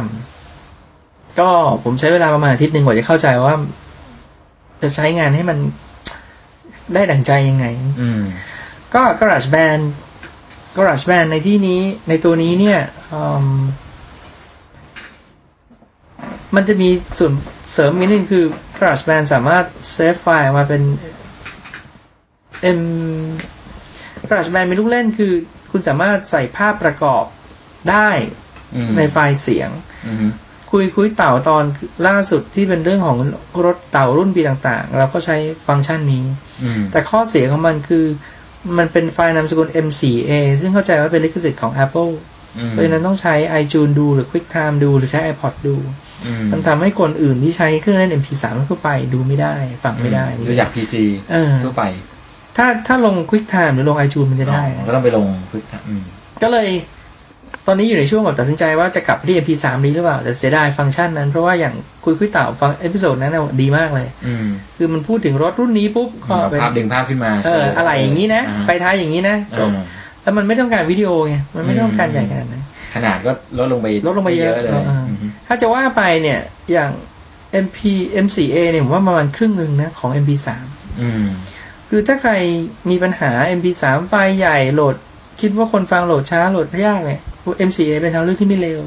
Speaker 2: ำก็ผมใช้เวลาประมาณอาทิตย์หนึ่งกว่าจะเข้าใจว่า จะใช้งานให้มัน ได้ดั่งใจยังไง
Speaker 3: อืม
Speaker 2: ก็ GarageBand GarageBand ในที่นี้ ในตัวนี้เนี่ยอืมมันจะมีส่วนเสริมอีกนิดนึงคือ GarageBand สามารถเซฟไฟล์ออกมาเป็น M GarageBand มีลูกเล่นคือ คุณสามารถใส่ภาพประกอบได้
Speaker 3: อืม
Speaker 2: ในไฟล์เสียง
Speaker 3: อืม
Speaker 2: คุยคุยเต่าตอนล่าสุดที่เป็นเรื่องของรถเต่ารุ่นปีต่างๆ เราก็ใช้ฟังก์ชันนี้
Speaker 3: อืม
Speaker 2: แต่ข้อเสียของมันคือ มันเป็นไฟล์นามสกุล M4A ซึ่งเข้าใจว่าเป็นลิขสิทธิ์ของ Apple
Speaker 3: อืม
Speaker 2: เพราะฉะนั้นต้องใช้ iTunes ดูหรือ QuickTime ดูหรือใช้ iPod ดู
Speaker 3: อื
Speaker 2: มันทำให้คนอื่นที่ใช้เครื่องเล่น MP3 ทั่วไปดูไม่ได้ ฟังไม่ได้
Speaker 3: อืดูจากพีซี
Speaker 2: เออ
Speaker 3: ทั่วไป
Speaker 2: ถ้าถ้าลง QuickTime หรือลง iTunes มันจะได้
Speaker 3: อ๋อก็ต้องไปลงพึกษาอืม
Speaker 2: ก็เลย ตอนนี้อยู่ในช่วงแบบตัดสินใจว่าจะกลับไปที่ MP3 นี้หรือเปล่าแต่เสียดายฟังก์ชันนั้น เพราะว่าอย่างคุยคุยเต่าฟังเอพิโซดนั้นนะดีมากเลย
Speaker 3: อืม
Speaker 2: คือมันพูดถึงรถรุ่นนี้ปุ๊บก็
Speaker 3: เอา
Speaker 2: เป็น
Speaker 3: ภาพดึงภาพขึ้นมา
Speaker 2: เอออะไรอย่างนี้นะ
Speaker 3: อ่า
Speaker 2: ไฟท้ายอย่างนี้นะจบ
Speaker 3: อ่า
Speaker 2: แต่มันไม่ต้องการวิดีโอไงมันไม่ต้องการใหญ่ขนาดนั้น
Speaker 3: ขนาดก็ลดลงไป
Speaker 2: ลดลงไปเยอะ
Speaker 3: เลย
Speaker 2: เออ
Speaker 3: ม
Speaker 2: ถ้าจะว่าไปเนี่ยอย่าง MP M4A เนี่ยผมว่าประมาณครึ่งหนึ่งนะของ MP3
Speaker 3: อืม
Speaker 2: คือถ้าใครมีปัญหา MP3 ไฟล์ใหญ่โหลด คิดว่าคนฟังโหลดช้าโหลดยากเนี่ย MCA เป็นทางเลือกที่ไม่เลว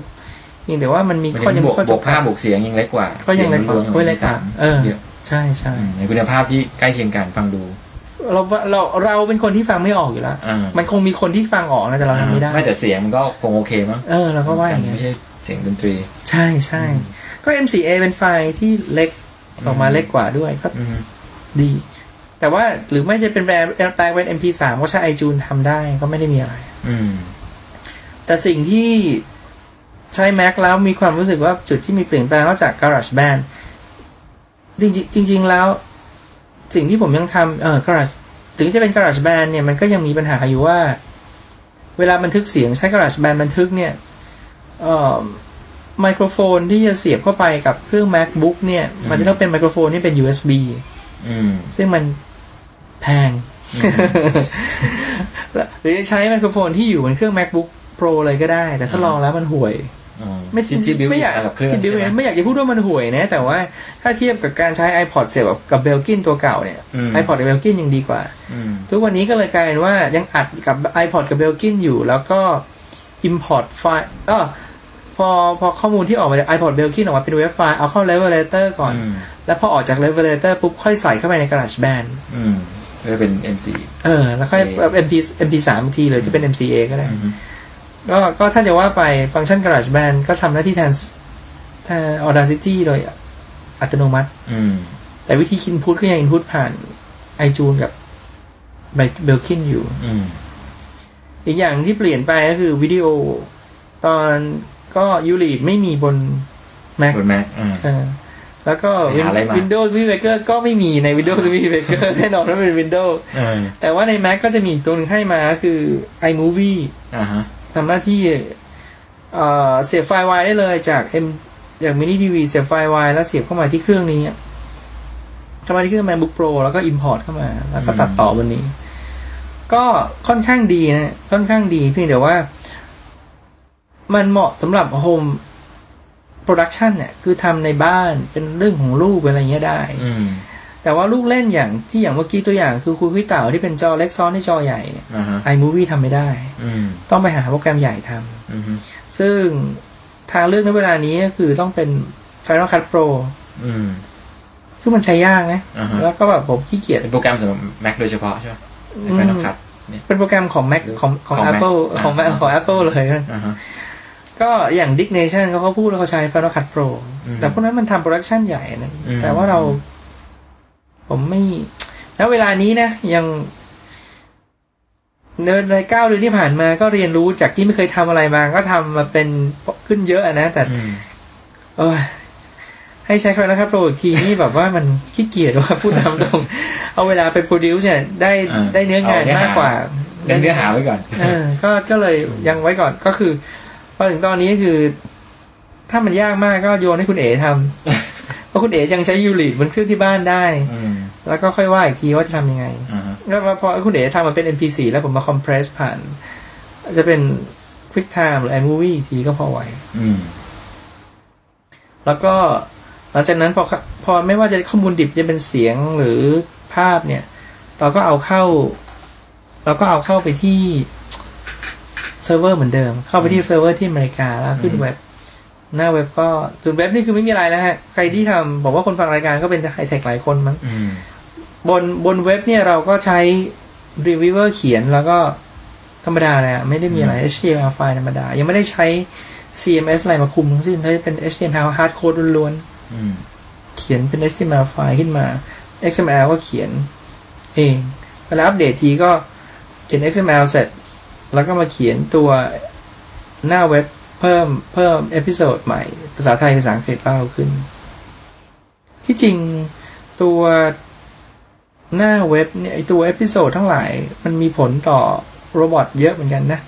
Speaker 2: ยิงแต่ว่ามันมี
Speaker 3: มัน
Speaker 2: ข้อ
Speaker 3: ยั
Speaker 2: ยัง ง
Speaker 3: บวก
Speaker 2: ข้อบ จำ
Speaker 3: วก
Speaker 2: กั
Speaker 3: ภาพ
Speaker 2: ด
Speaker 3: บวกเสียงยังเล็กกว่า
Speaker 2: ก็ยังไง
Speaker 3: สีล้วนๆข
Speaker 2: ก็
Speaker 3: อง
Speaker 2: เลย
Speaker 3: สา
Speaker 2: สาม มเออ
Speaker 3: เยอะ
Speaker 2: ใช่ใช่
Speaker 3: อืมในคุณภาพที่ใกล้เคียงกันฟังดู
Speaker 2: เราเราเราเป็นคนที่ฟังไม่ออกอยู่แล้ว
Speaker 3: อ่ามั
Speaker 2: มันคงมีคนที่ฟังออกนะแต่เราทำไม่ได้
Speaker 3: ไม่แต่เสียงมันก็คงโอเคมั้ง
Speaker 2: เออเราก็ว่าอย่างเงี้ย
Speaker 3: ไม่ใช่เสียงดนตรี
Speaker 2: ใช่ใช่ก็ MCA เป็นไฟล์ที่เล็กออกมา
Speaker 3: อืม
Speaker 2: เล็กกว่าด้วยก็
Speaker 3: อืม
Speaker 2: ดี แต่ว่าหรือไม่จะเป็นแปลงแปลงเป็น MP3 ก็ใช้ iTunes ทำได้ก็ไม่ได้มีอะไร
Speaker 3: อืม
Speaker 2: แต่สิ่งที่ใช้ Mac แล้วมีความรู้สึกว่าจุดที่มีเปลี่ยนแปลงนอกจาก GarageBand จริงๆจริงๆแล้ว สิ่งที่ผมยังทำเออ Garage ถึงจะเป็น GarageBand เนี่ยมันก็ยังมีปัญหาอยู่ว่า เวลาบันทึกเสียงใช้ GarageBand บันทึกเนี่ยเอ่อไมโครโฟนที่จะเสียบเข้าไปกับเครื่อง MacBook เนี่ย
Speaker 3: อืม
Speaker 2: มันจะต้องเป็นไมโครโฟนที่เป็น USB
Speaker 3: อืม
Speaker 2: ซึ่งมันแพ ง
Speaker 3: อืม
Speaker 2: แล้วหรือจะใช้ไมโครโฟนที่อยู่บนเครื่อง macbook pro เลยก็ได้ แต่ถ้าลองแล้วมันห่วย
Speaker 3: อ๋อ
Speaker 2: ไม่
Speaker 3: ที่ที่บิว
Speaker 2: ไม่อยาก
Speaker 3: มากับเครื่อง
Speaker 2: ที่ built in
Speaker 3: ใช่ไหม
Speaker 2: ไม่อยากจะพูดว่ามันห่วยนะ แต่ว่าถ้าเทียบกับการใช้ ipod เสียบกับเบลกินตัวเก่าเนี่ย
Speaker 3: อืม
Speaker 2: ipod กับเบลกินยังดีกว่า
Speaker 3: อืม
Speaker 2: ทุกวันนี้ก็เลยกลายเป็นว่ายังอัดกับ iPod กับ Belkin อยู่ แล้วก็ import ไฟล์เออพอพอข้อมูลที่ออกมาจาก iPod Belkin ออกมาเป็นเว็บไฟล์ เอาเข้า Levelator ก่อน
Speaker 3: อืม
Speaker 2: แล้วพอออกจาก Levelator ปุ๊บค่อยใส่เข้าไปใน GarageBand
Speaker 3: อืมก็จะเป็น MC
Speaker 2: เออ แล้วค่อย
Speaker 3: โอเค
Speaker 2: MP MP3 บางทีเลยจะเป็น MCA ก็ได้
Speaker 3: อืม
Speaker 2: ก็ก็ถ้าจะว่าไปฟังก์ชัน GarageBand ก็ทำหน้าที่แทนแทน Audacity โดยอัตโนมัติ
Speaker 3: อืม
Speaker 2: แต่วิธี input ก็ยัง input ผ่าน iTunes กับ Belkin อยู่
Speaker 3: อืม
Speaker 2: อีกอย่างที่เปลี่ยนไปก็คือวิดีโอตอนก็ยูริไม่มีบน Mac
Speaker 3: บนแม็กอ่า
Speaker 2: เออแล้วก็
Speaker 3: ไปหาอะไรมา
Speaker 2: วินโดว์วีเบเกอร์ก็ไม่มีใน Windows วีเบเกอร์แน่นอนว่าเป็น Windows
Speaker 3: เออ
Speaker 2: แต่ว่าใน Mac ก็จะมีตัวหนึงให้มาก็คือ iMovie
Speaker 3: อ่าฮะ
Speaker 2: ทำหน้าที่เอ่อเสียบไฟล์ Y ได้เลยจาก M จาก Mini DV เสียบไฟล์ Y แล้วเสียบเข้ามาที่เครื่องนี้เข้ามาที่เครื่อง MacBook Pro แล้วก็ Import เข้ามา แล้วก็ตัดต่อบนนี้ ก็ค่อนข้างดีนะ ค่อนข้างดีเพียงแต่ว่า มันเหมาะสำหรับ Home Production เนี่ย คือทำในบ้านเป็นเรื่องของลูกเป็นอะไรเงี้ยได้
Speaker 3: อืม
Speaker 2: แต่ว่าลูกเล่นอย่างที่อย่างเมื่อกี้ตัวอย่าง คือคุยคุยเต่าที่เป็นจอเล็กซ้อนที่จอใหญ่เนี่ย
Speaker 3: อ่าฮะ
Speaker 2: iMovie ทำไม่ได้
Speaker 3: อืม
Speaker 2: ต้องไปหาโปรแกรมใหญ่ทำ
Speaker 3: อืม
Speaker 2: ซึ่งทางเลือกในเวลานี้ก็คือต้องเป็น Final Cut Pro
Speaker 3: อืม
Speaker 2: ซึ่งมันใช้ยากนะ
Speaker 3: อ่าฮะ
Speaker 2: แล้วก็แบบผมขี้เกียจ
Speaker 3: เป็นโปรแกรมสำหรับ Mac โดยเฉพาะใช่ไหม
Speaker 2: อืม
Speaker 3: ไฟนอลคัทเนี่ย
Speaker 2: เป็นโปรแกรมของ Mac ของของ
Speaker 3: ของ Mac
Speaker 2: Apple
Speaker 3: อ่า
Speaker 2: ของ Mac ของ Apple เลยนะ
Speaker 3: อ่าฮะ
Speaker 2: ก็อย่าง Dick Nation เขาก็พูดแล้วเขาใช้ Final Cut Pro
Speaker 3: อืม
Speaker 2: แต่พวกนั้นมันทำโปรดักชันใหญ่นะ
Speaker 3: อืม
Speaker 2: แต่ว่าเรา ผมไม่ แล้วเวลานี้นะ ยัง ในในเก้าเดือนที่ผ่านมาก็เรียนรู้จากที่ไม่เคยทำอะไรมา ก็ทำมาเป็นขึ้นเยอะอะนะแต่
Speaker 3: อืม
Speaker 2: โอ้ยให้ใช้คำนะครับโปรทีนี่แบบว่ามันขี้เกียจว่าพูดตามตรง เอาเวลาไปโปรดิวเนี่ยได้
Speaker 3: อ่า
Speaker 2: ได้เนื้องาน
Speaker 3: เอาเนื้อหาม
Speaker 2: มากกว่า
Speaker 3: ได้เนื้อหาไว้ก่อน
Speaker 2: เอ อก็ก็เลยยังไว้ก่อนก็คือพอถึงตอนนี้คือ ถ้ามันยากมากก็โยนให้คุณเอ๋ทำเพราะคุณเอ๋ยังใช้ยูริตบนเครื่องที่บ้านได้
Speaker 3: อืม
Speaker 2: แล้วก็ค่อยว่าอีกทีว่าจะทำยังไง
Speaker 3: อ่าฮะ
Speaker 2: แล้วพอคุณเอ๋ทำมันเป็น MP4 แล้วผมมา compress ผ่าน จะเป็น QuickTime หรือ iMovie อีกทีก็พอไหว
Speaker 3: อืม
Speaker 2: แล้วก็หลังจากนั้นพอพอไม่ว่าจะข้อมูลดิบจะเป็นเสียงหรือภาพเนี่ย เราก็เอาเข้า เราก็เอาเข้าไปที่เซิร์ฟเวอร์เหมือนเดิม เข้าไปที่เซิร์ฟเวอร์ที่อเมริกาแล้วขึ้น
Speaker 3: อืม
Speaker 2: เว็บ หน้าเว็บก็จุดเว็บนี่คือไม่มีอะไรแล้วฮะ ใครที่ทำบอกว่าคนฟังรายการก็เป็นไฮเทคหลายคนมั้ง
Speaker 3: อืม
Speaker 2: บนบนเว็บเนี่ยเราก็ใช้ reviewer เขียนแล้วก็ธรรมดาเลยอะไม่ได้มีอะไร
Speaker 3: อืม
Speaker 2: HTML ไฟล์ธรรมดา ยังไม่ได้ใช้ CMS อะไรมาคุมทั้งสิ้นเลยเป็น HTML hard code ล้วน
Speaker 3: อืม
Speaker 2: ๆเขียนเป็น HTML ไฟล์ขึ้นมา XML ก็เขียนเองเวลาอัปเดตทีก็เขียน XML เสร็จ แล้วก็มาเขียนตัวหน้าเว็บเพิ่มเพิ่มเอพิโซดใหม่ ภาษาไทยภาษาอังกฤษก็เอาขึ้น ที่จริงตัวหน้าเว็บเนี่ยไอตัวเอพิโซดทั้งหลาย มันมีผลต่อโรบอทเยอะเหมือนกันนะ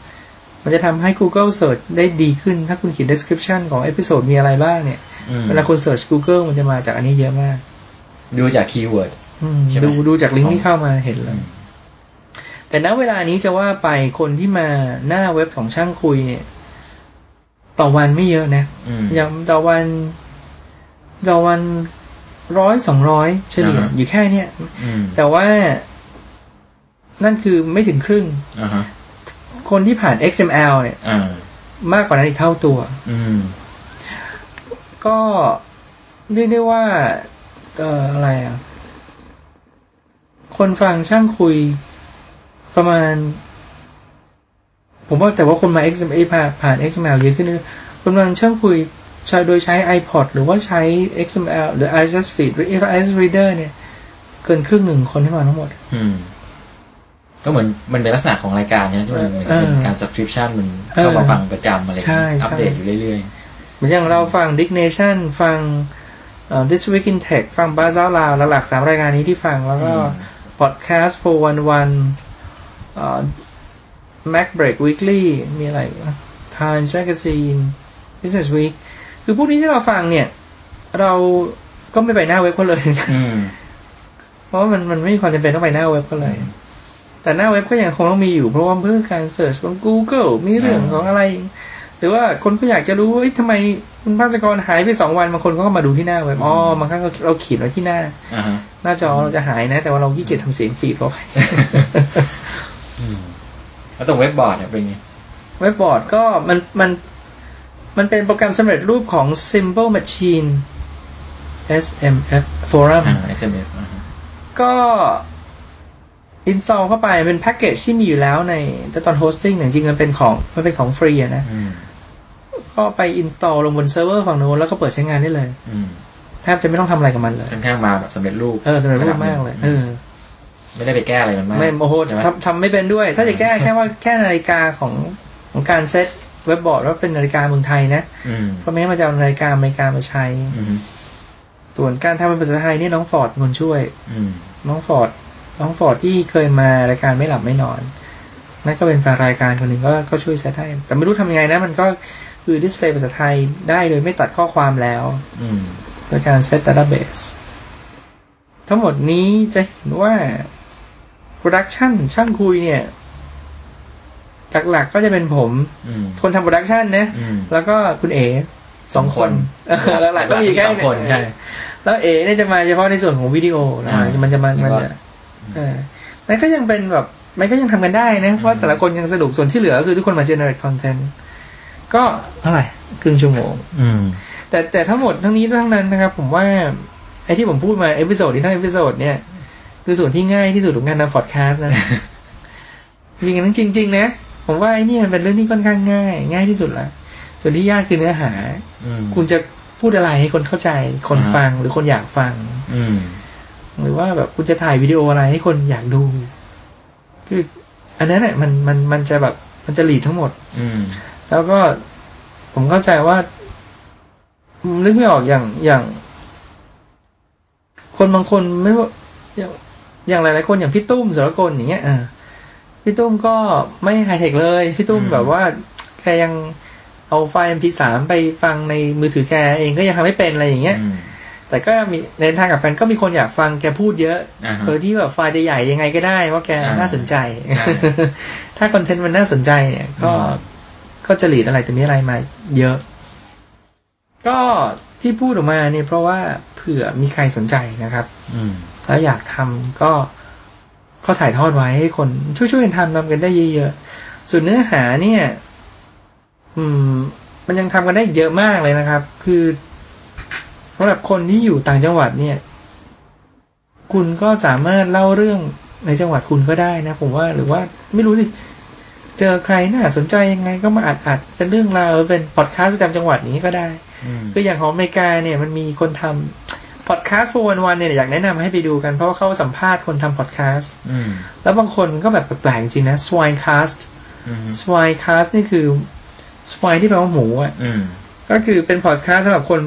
Speaker 2: มันจะทำให้ Google Search ได้ดีขึ้น ถ้าคุณเขียน description ของเอพิโซดมีอะไรบ้างเนี่ย
Speaker 3: อืม
Speaker 2: เวลาคุณ search Google มันจะมาจากอันนี้เยอะมาก
Speaker 3: ดูจากคีย์เวิร์ด
Speaker 2: อืม
Speaker 3: ใช่ไหม
Speaker 2: ดูดูจากลิงก์ที่เข้ามาเห็นเล
Speaker 3: อื
Speaker 2: ย
Speaker 3: ม
Speaker 2: แต่ณเวลานี้จะว่าไปคนที่มาหน้าเว็บของช่างคุยเนี่ย ต่อวันไม่เยอะนะ
Speaker 3: อืม
Speaker 2: อย่างต่อวันต่อวันร้อยสองร้อยเฉลี่ย
Speaker 3: อ่าฮะ
Speaker 2: อยู่แค่เนี้ย
Speaker 3: อืม
Speaker 2: แต่ว่านั่นคือไม่ถึงครึ่ง
Speaker 3: อ่าฮะ
Speaker 2: คนที่ผ่าน XML เนี่ย
Speaker 3: อ่า
Speaker 2: มากกว่านั้นอีกเท่าตัว
Speaker 3: อืม
Speaker 2: ก็เรียกได้ว่าเอ่ออะไรอ่ะ คนฟังช่างคุยประมาณ ผมว่าแต่ว่าคนมา XML ผ่านผ่าน XML เยอะขึ้นเลยคนฟังช่างคุยใช้โดยใช้ iPod หรือว่าใช้ XML หรือ RSS feed หรือ RSS reader เนี่ย เกินครึ่งหนึ่งคนที่มาทั้งหมด
Speaker 3: อืม ก็เหมือนมันเป็นลักษณะของรายการใช่ไหมที่มันเหมือน
Speaker 2: เออ
Speaker 3: เป็นการ subscription มัน
Speaker 2: เออ
Speaker 3: เข้ามาฟังประจำอะไรอย่าง
Speaker 2: ใช่
Speaker 3: เงี้ย
Speaker 2: ใช่
Speaker 3: อัปเดตอยู่เรื่อย
Speaker 2: เหมือนอย่างเราฟัง Dick Nation ฟังเอ่อ This Week in Tech ฟัง b a z a r Loud หลักๆสามรายการนี้ที่ฟัง
Speaker 3: ๆ
Speaker 2: แล้วก็
Speaker 3: อืม
Speaker 2: Podcast 411เอ่อ Mac Break Weekly มีอะไรอีกวะ Time Magazine Business Week คือพวกนี้ที่เราฟังเนี่ย เราก็ไม่ไปหน้าเว็บเขาเลย
Speaker 3: อืม
Speaker 2: เพราะว่ามันมันไม่มีความจำเป็นต้องไปหน้าเว็บก็เลย แต่หน้าเว็บก็ยังคงต้องมีอยู่เพราะว่าเพื่อการเสิร์ชบน Google มีเรื่อง
Speaker 3: อ่า
Speaker 2: ของอะไร หรือว่าคนก็อยากจะรู้ว่าเอ๊ะทำไมคุณภาสกรหายไปสองวันบางคนก็มาดูที่หน้าเว็บอ๋อบางครั้งเราเราเขียนไว้ที่หน้า
Speaker 3: อ่า ฮะ
Speaker 2: หน้าจอเราจะหายนะ แต่ว่าเราขี้เกียจทำเสียงฟีดเข้าไป
Speaker 3: อืม แล้วตรงเว็บบอร์ดเนี่ยเป็นไง
Speaker 2: เว็บบอร์ดก็มันมันมันเป็นโปรแกรมสำเร็จรูปของ Symbol Machine SMF Forum
Speaker 3: อ่า SMS อ่าฮะ
Speaker 2: ก็อินสตอลเข้าไปเป็นแพ็กเกจที่มีอยู่แล้วในแต่ตอนโฮสติ้งจริงๆมันเป็นของมันเป็นของฟรีอะนะ
Speaker 3: อืม
Speaker 2: ก็ไปอินสตอลลงบนเซิร์ฟเวอร์ฝั่งโน้นแล้วก็เปิดใช้งานได้เลย
Speaker 3: อืม
Speaker 2: แทบจะไม่ต้องทำอะไรกับมันเลย
Speaker 3: ค่อนข้างมาแบบสำเร็จรูป
Speaker 2: เออสำหรับรูปมากเลย เออ
Speaker 3: ไม่ได้ไปแก้อะไรมันมาก
Speaker 2: ไม่โอ้โห
Speaker 3: ใช่ไหม
Speaker 2: ทำทำไม่เป็นด้วย ถ้าจะแก้
Speaker 3: อืม
Speaker 2: แค่ว่าแค่นาฬิกาของของการเซตเว็บบอร์ดว่าเป็นนาฬิกาเมืองไทยนะ
Speaker 3: อืม
Speaker 2: เพราะไม่งั้นมันจะเอานาฬิกาอเมริกามาใช้
Speaker 3: อืม
Speaker 2: ส่วนการทำเป็นภาษาไทยเนี่ยน้องฟอร์ดเป็นคนช่วย
Speaker 3: อืม
Speaker 2: น้องฟอร์ด น้องฟอร์ดที่เคยมารายการไม่หลับไม่นอน นั่นก็เป็นแฟนรายการคนหนึ่งก็ก็ช่วยเซตให้แต่ไม่รู้ทำยังไงนะ มันก็คือดิสเพลย์ภาษาไทยได้โดยไม่ตัดข้อความแล้ว
Speaker 3: อืม
Speaker 2: โดยการเซตดัตต้าเบสทั้งหมดนี้จะเห็นว่าโปรดักชันช่างคุยเนี่ย หลักๆก็จะเป็นผม
Speaker 3: อืม
Speaker 2: คนทำโปรดักชันนะ
Speaker 3: อืม
Speaker 2: แล้วก็คุณเอ๋สองคน
Speaker 3: สองคน
Speaker 2: หลักๆก็มีแค่
Speaker 3: สองคนใช่
Speaker 2: แล้วเอ๋เนี่ยจะมาเฉพาะในส่วนของวิดีโอนะ
Speaker 3: อ่า
Speaker 2: มันจะมัน
Speaker 3: แล้
Speaker 2: มัน
Speaker 3: วก็
Speaker 2: จะเออมันก็ยังเป็นแบบมันก็ยังทำกันได้นะ
Speaker 3: อืม
Speaker 2: ว่าแต่ละคนยังสนุกส่วนที่เหลือก็คือทุกคนมา generate content ก็เท่าไหร่ครึ่งชั่วโมง
Speaker 3: อืม
Speaker 2: แต่แต่ทั้งหมดทั้งนี้ทั้งนั้นนะครับ ผมว่าไอ้ที่ผมพูดมาเอพิโซดนี้ทั้งเอพิโซดเนี่ย คือส่วนที่ง่ายที่สุดของการทำพอดแคสต์นะ จริงๆนะจริง ๆ นะ ผมว่าไอ้เนี่ยมันเป็นเรื่องที่ค่อนข้างง่าย ง่ายที่สุดละส่วนที่ยากคือเนื้อหา
Speaker 3: อืม
Speaker 2: คุณจะพูดอะไรให้คนเข้าใจคน
Speaker 3: อ่าฮะ
Speaker 2: ฟังหรือคนอยากฟัง
Speaker 3: อืม
Speaker 2: หรือว่าแบบคุณจะถ่ายวิดีโออะไรให้คนอยากดู คืออันนั้นเนี่ยมันมันมันจะแบบมันจะหลีดทั้งหมด
Speaker 3: อืม
Speaker 2: แล้วก็ผมเข้าใจว่า นึกไม่ออกอย่างอย่าง คนบางคนไม่ว่าอย่างอย่างหลายๆคนอย่างพี่ตุ้มสรกลอย่างเงี้ยอ่าพี่ตุ้มก็ไม่ไฮเทคเลย พี่ตุ้ม
Speaker 3: อืม
Speaker 2: แบบว่าแค่ยังเอาไฟล์ MP3 ไปฟังในมือถือแกเองก็ยังทำไม่เป็นอะไรอย่างเงี้ย
Speaker 3: อืม
Speaker 2: แต่ก็มีในทางกลับกันก็มีคนอยากฟังแกพูดเยอะ
Speaker 3: อ่าฮะ
Speaker 2: โดยที่แบบไฟล์จะใหญ่ยังไงก็ได้ว่าแก
Speaker 3: อ่า
Speaker 2: น่าสนใจ
Speaker 3: ใช่
Speaker 2: ถ้าคอนเทนต์มันน่าสนใจเนี่ย ก็
Speaker 3: อืม
Speaker 2: ก็จะหลีดอะไรแต่มีอะไรมาเยอะ ก็ที่พูดออกมาเนี่ยเพราะว่าเผื่อมีใครสนใจนะครับ
Speaker 3: อืม
Speaker 2: แล้วอยากทำก็ก็ถ่ายทอดไว้ให้คนช่วยๆกันทำทำกันได้เยอะๆส่วนเนื้อหาเนี่ย อืม มันยังทำกันได้เยอะมากเลยนะครับ คือสำหรับคนที่อยู่ต่างจังหวัดเนี่ย คุณก็สามารถเล่าเรื่องในจังหวัดคุณก็ได้นะ ผมว่าหรือว่าไม่รู้สิ เจอใครน่าสนใจยังไงก็มาอัดอัดเป็นเรื่องราวเป็นพอดคาสต์ประจำจังหวัดอย่างนี้ก็ได้
Speaker 3: อืม
Speaker 2: คืออย่างของอเมริกาเนี่ยมันมีคนทำพอดคาสต์โฟนวันเนี่ยอยากแนะนำให้ไปดูกันเพราะว่าเขาสัมภาษณ์คนทำพอดคาสต์
Speaker 3: อืม
Speaker 2: แล้วบางคนก็แบบแปลกๆจริงนะ swine cast
Speaker 3: อืม
Speaker 2: swine cast นี่คือ swine ที่แปลว่าหมูอ่ะ
Speaker 3: อืม
Speaker 2: ก็คือเป็นพอดคาสต์สำหรับคน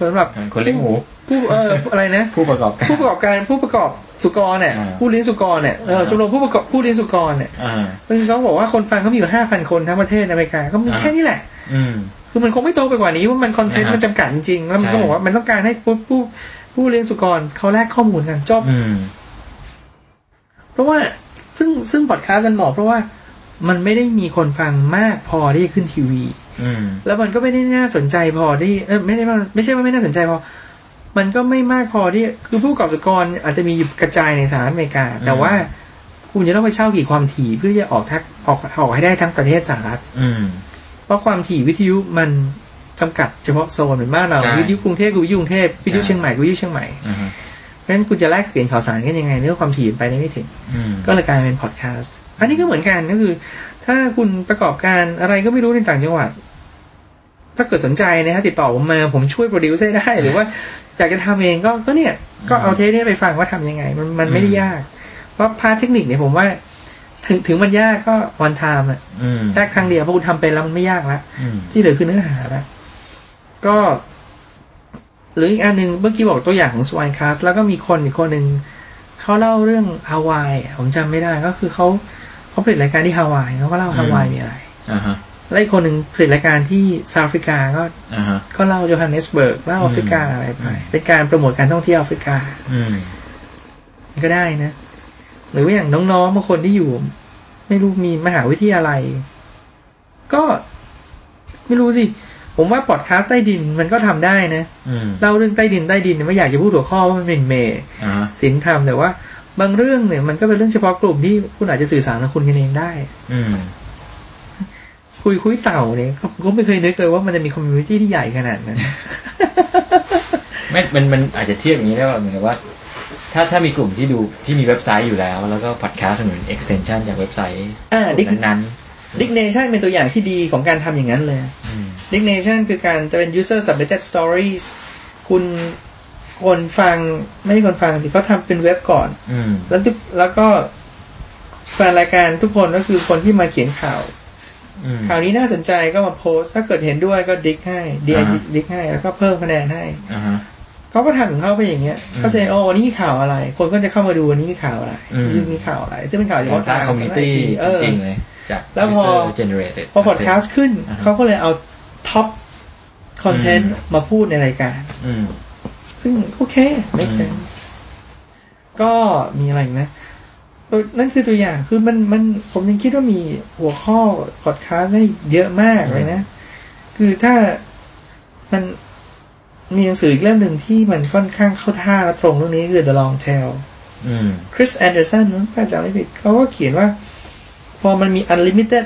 Speaker 2: สำหรับ
Speaker 3: คนเลี้ยงหมู
Speaker 2: ผู้เออ อะไรนะ
Speaker 3: ผู้ประกอบการ
Speaker 2: ผู้ประกอบการผู้ประกอบสุกรเนี่ย
Speaker 3: อ่า
Speaker 2: ผู้เลี้ยงสุกรเนี่ยเออ
Speaker 3: อ่า
Speaker 2: ชมรมผู้ประกอบผู้เลี้ยงสุกรเนี่ย
Speaker 3: อ่า
Speaker 2: ซึ่งเขาบอกว่าคนฟังเขามีอยู่ห้าพันคนทั้งประเทศในอเมริกาก็มี
Speaker 3: อ่า
Speaker 2: แค่นี้แหละ
Speaker 3: อืม
Speaker 2: คือมันคงไม่โตไปกว่านี้ว่าะมันคอนเทนต์
Speaker 3: นะฮะ
Speaker 2: มันจำกัดจริงๆแล้วมันก็
Speaker 3: ใช่
Speaker 2: บอกว่ามันต้องการให้ผู้ผู้ผู้เลี้ยงสุกรเขาแลกข้อมูลกันจบ
Speaker 3: อืม
Speaker 2: เพราะว่าซึ่งซึ่งพอดคาสต์มันเหมาะเพราะว่ามันไม่ได้มีคนฟังมากพอที่จะขึ้นทีวี
Speaker 3: อืม
Speaker 2: แล้วมันก็ไม่ได้น่าสนใจพอที่เออไม่ได้ว่าไม่ใช่ว่าไม่น่าสนใจพอมันก็ไม่มากพอที่คือผู้ประกอบการอาจจะมีกระจายในสหรัฐอเมริกา แต่
Speaker 3: อืม
Speaker 2: ว่าคุณจะต้องไปเช่ากี่ความถี่เพื่อที่จะออกทักออกออกให้ได้ทั้งประเทศสหรัฐ
Speaker 3: อืม
Speaker 2: เพราะความถี่วิทยุมันจำกัดเฉพาะโซนเหมือนบ้านเรา
Speaker 3: ใช่
Speaker 2: วิทยุกรุงเทพกับวิทยุกรุงเทพวิทยุเชียงใหม่กับวิทยุเชียงใหม่
Speaker 3: อ่าฮะ
Speaker 2: เพราะฉะนั้นคุณจะแลกเปลี่ยนข่าวสารกันยังไงเนื้อความถี่ไปได้ไม่ถึง
Speaker 3: อืม
Speaker 2: ก็เลยกลายเป็นพอดแคสต์อันนี้ก็เหมือนกันก็คือ ถ้าคุณประกอบการอะไรก็ไม่รู้ในต่างจังหวัด ถ้าเกิดสนใจนะฮะติดต่อผมมาผมช่วยโปรดิวซ์ให้ได้ หรือว่าอยากจะทำเองก็ก็เนี่ย ก็เอาเทปนี้ไปฟังว่าทำยังไง มันมันไม่ได้ยากเพราะพาร์ทเทคนิคเนี่ยผมว่า ถึงถึงมันยากก็วันไทม์อะ
Speaker 3: อืม
Speaker 2: แค่ครั้งเดียวเพราะคุณทำเป็นแล้วมันไม่ยากละ
Speaker 3: อืม
Speaker 2: ที่เหลือคือเนื้อหาละก็ หรืออีกอันหนึ่งเมื่อกี้บอกตัวอย่างของสวายคาสแล้วก็มีคนอีกคนหนึ่งเขาเล่าเรื่องฮาวายอะผมจำไม่ได้ก็คือเขาเขาผลิตรายการที่ฮาวายเขาก็เล่า
Speaker 3: อืม
Speaker 2: ฮาวายมีอะไร
Speaker 3: อ่าฮะ
Speaker 2: และอีกคนหนึ่งผลิตรายการที่ซาฟริกาก็
Speaker 3: อ่าฮะ
Speaker 2: ก็เล่าโยฮันเนสเบิร์กเล่า
Speaker 3: อืม
Speaker 2: แอฟริกาอะไรไป
Speaker 3: อืม
Speaker 2: เป็นการโปรโมทการท่องเที่ยวแอฟริกา
Speaker 3: อืม
Speaker 2: ก็ได้นะ หรือว่าอย่างน้องๆบางคนที่อยู่ ไม่รู้มีมหาวิทยาลัย ก็ไม่รู้สิ ผมว่าพอดคาสต์ใต้ดินมันก็ทำได้นะ
Speaker 3: อืม
Speaker 2: เล่าเรื่องใต้ดินใต้ดินเนี่ยไม่อยากจะพูดหัวข้อว่ามันเป็นเมย์
Speaker 3: อ่าฮะ
Speaker 2: สินธรรมแต่ว่า บางเรื่องเนี่ยมันก็เป็นเรื่องเฉพาะกลุ่มที่คุณอาจจะสื่อสารกับคุณกันเองได้
Speaker 3: อืม
Speaker 2: คุยคุยเต่าเนี่ยก็ก็ไม่เคยนึกเลยว่ามันจะมีคอมมูนิตี้ที่ใหญ่ขนาดนั้น
Speaker 3: ไม่มันมันอาจจะเทียบอย่างนี้ได้ว่าเหมือนกับว่า ถ้าถ้ามีกลุ่มที่ดูที่มีเว็บไซต์อยู่แล้ว แล้วก็พอดแคสต์เหมือน extension จากเว็บไซต์
Speaker 2: อ่าดิ๊ก
Speaker 3: นั้น
Speaker 2: ดิกเนชั่นเป็นตัวอย่างที่ดีของการทำอย่างนั้นเลย
Speaker 3: ๆ อืม
Speaker 2: Dignation คือการจะเป็น user submitted stories คุณคนฟังไม่ใช่คนฟังสิเขาทำเป็นเว็บก่อน
Speaker 3: อืม
Speaker 2: แล้วทุกแล้วก็แฟนรายการทุกคนก็คือคนที่มาเขียนข่าว
Speaker 3: อืม
Speaker 2: ข่าวนี้น่าสนใจก็มาโพสต์ถ้าเกิดเห็นด้วยก็ดิกให้ดี
Speaker 3: อ่าฮะ
Speaker 2: ดิกให้แล้วก็เพิ่มคะแนนให้
Speaker 3: อ่าฮะ
Speaker 2: เขาก็ทำของเขาไปอย่างเงี้ย
Speaker 3: อืม
Speaker 2: เขาจะโอ้วันนี้มีข่าวอะไร คนก็จะเข้ามาดูวันนี้มีข่าวอะไร
Speaker 3: อืม
Speaker 2: มีข่าวอะไร ซึ่งเป็นข่าวเฉ
Speaker 3: การ
Speaker 2: พาะ
Speaker 3: สร้างคอมมูนิตี้
Speaker 2: เออ
Speaker 3: จริงๆเลย จาก
Speaker 2: แล้วพอ
Speaker 3: user generated
Speaker 2: พอพอดแคสต์ขึ้น
Speaker 3: อ่าฮะ
Speaker 2: เขาก็เลยเอาท็อปคอนเทนต์
Speaker 3: อืม
Speaker 2: มาพูดในรายการ
Speaker 3: อืม
Speaker 2: ซึ่งโอเค make
Speaker 3: อืม
Speaker 2: sense ก็มีอะไรอีกนะเออนั่นคือตัวอย่างคือมันมันผมยังคิดว่ามีหัวข้อพอดคาสต์ได้เยอะมากเลยนะ คือถ้ามันมีหนังสืออีกเล่มหนึ่งที่มันค่อนข้างเข้าท่าและตรงเรื่องนี้คือ The Long Tail
Speaker 3: อืม
Speaker 2: Chris Anderson มั้งถ้าจำไม่ผิดเขาก็เขียนว่า พอมันมี unlimited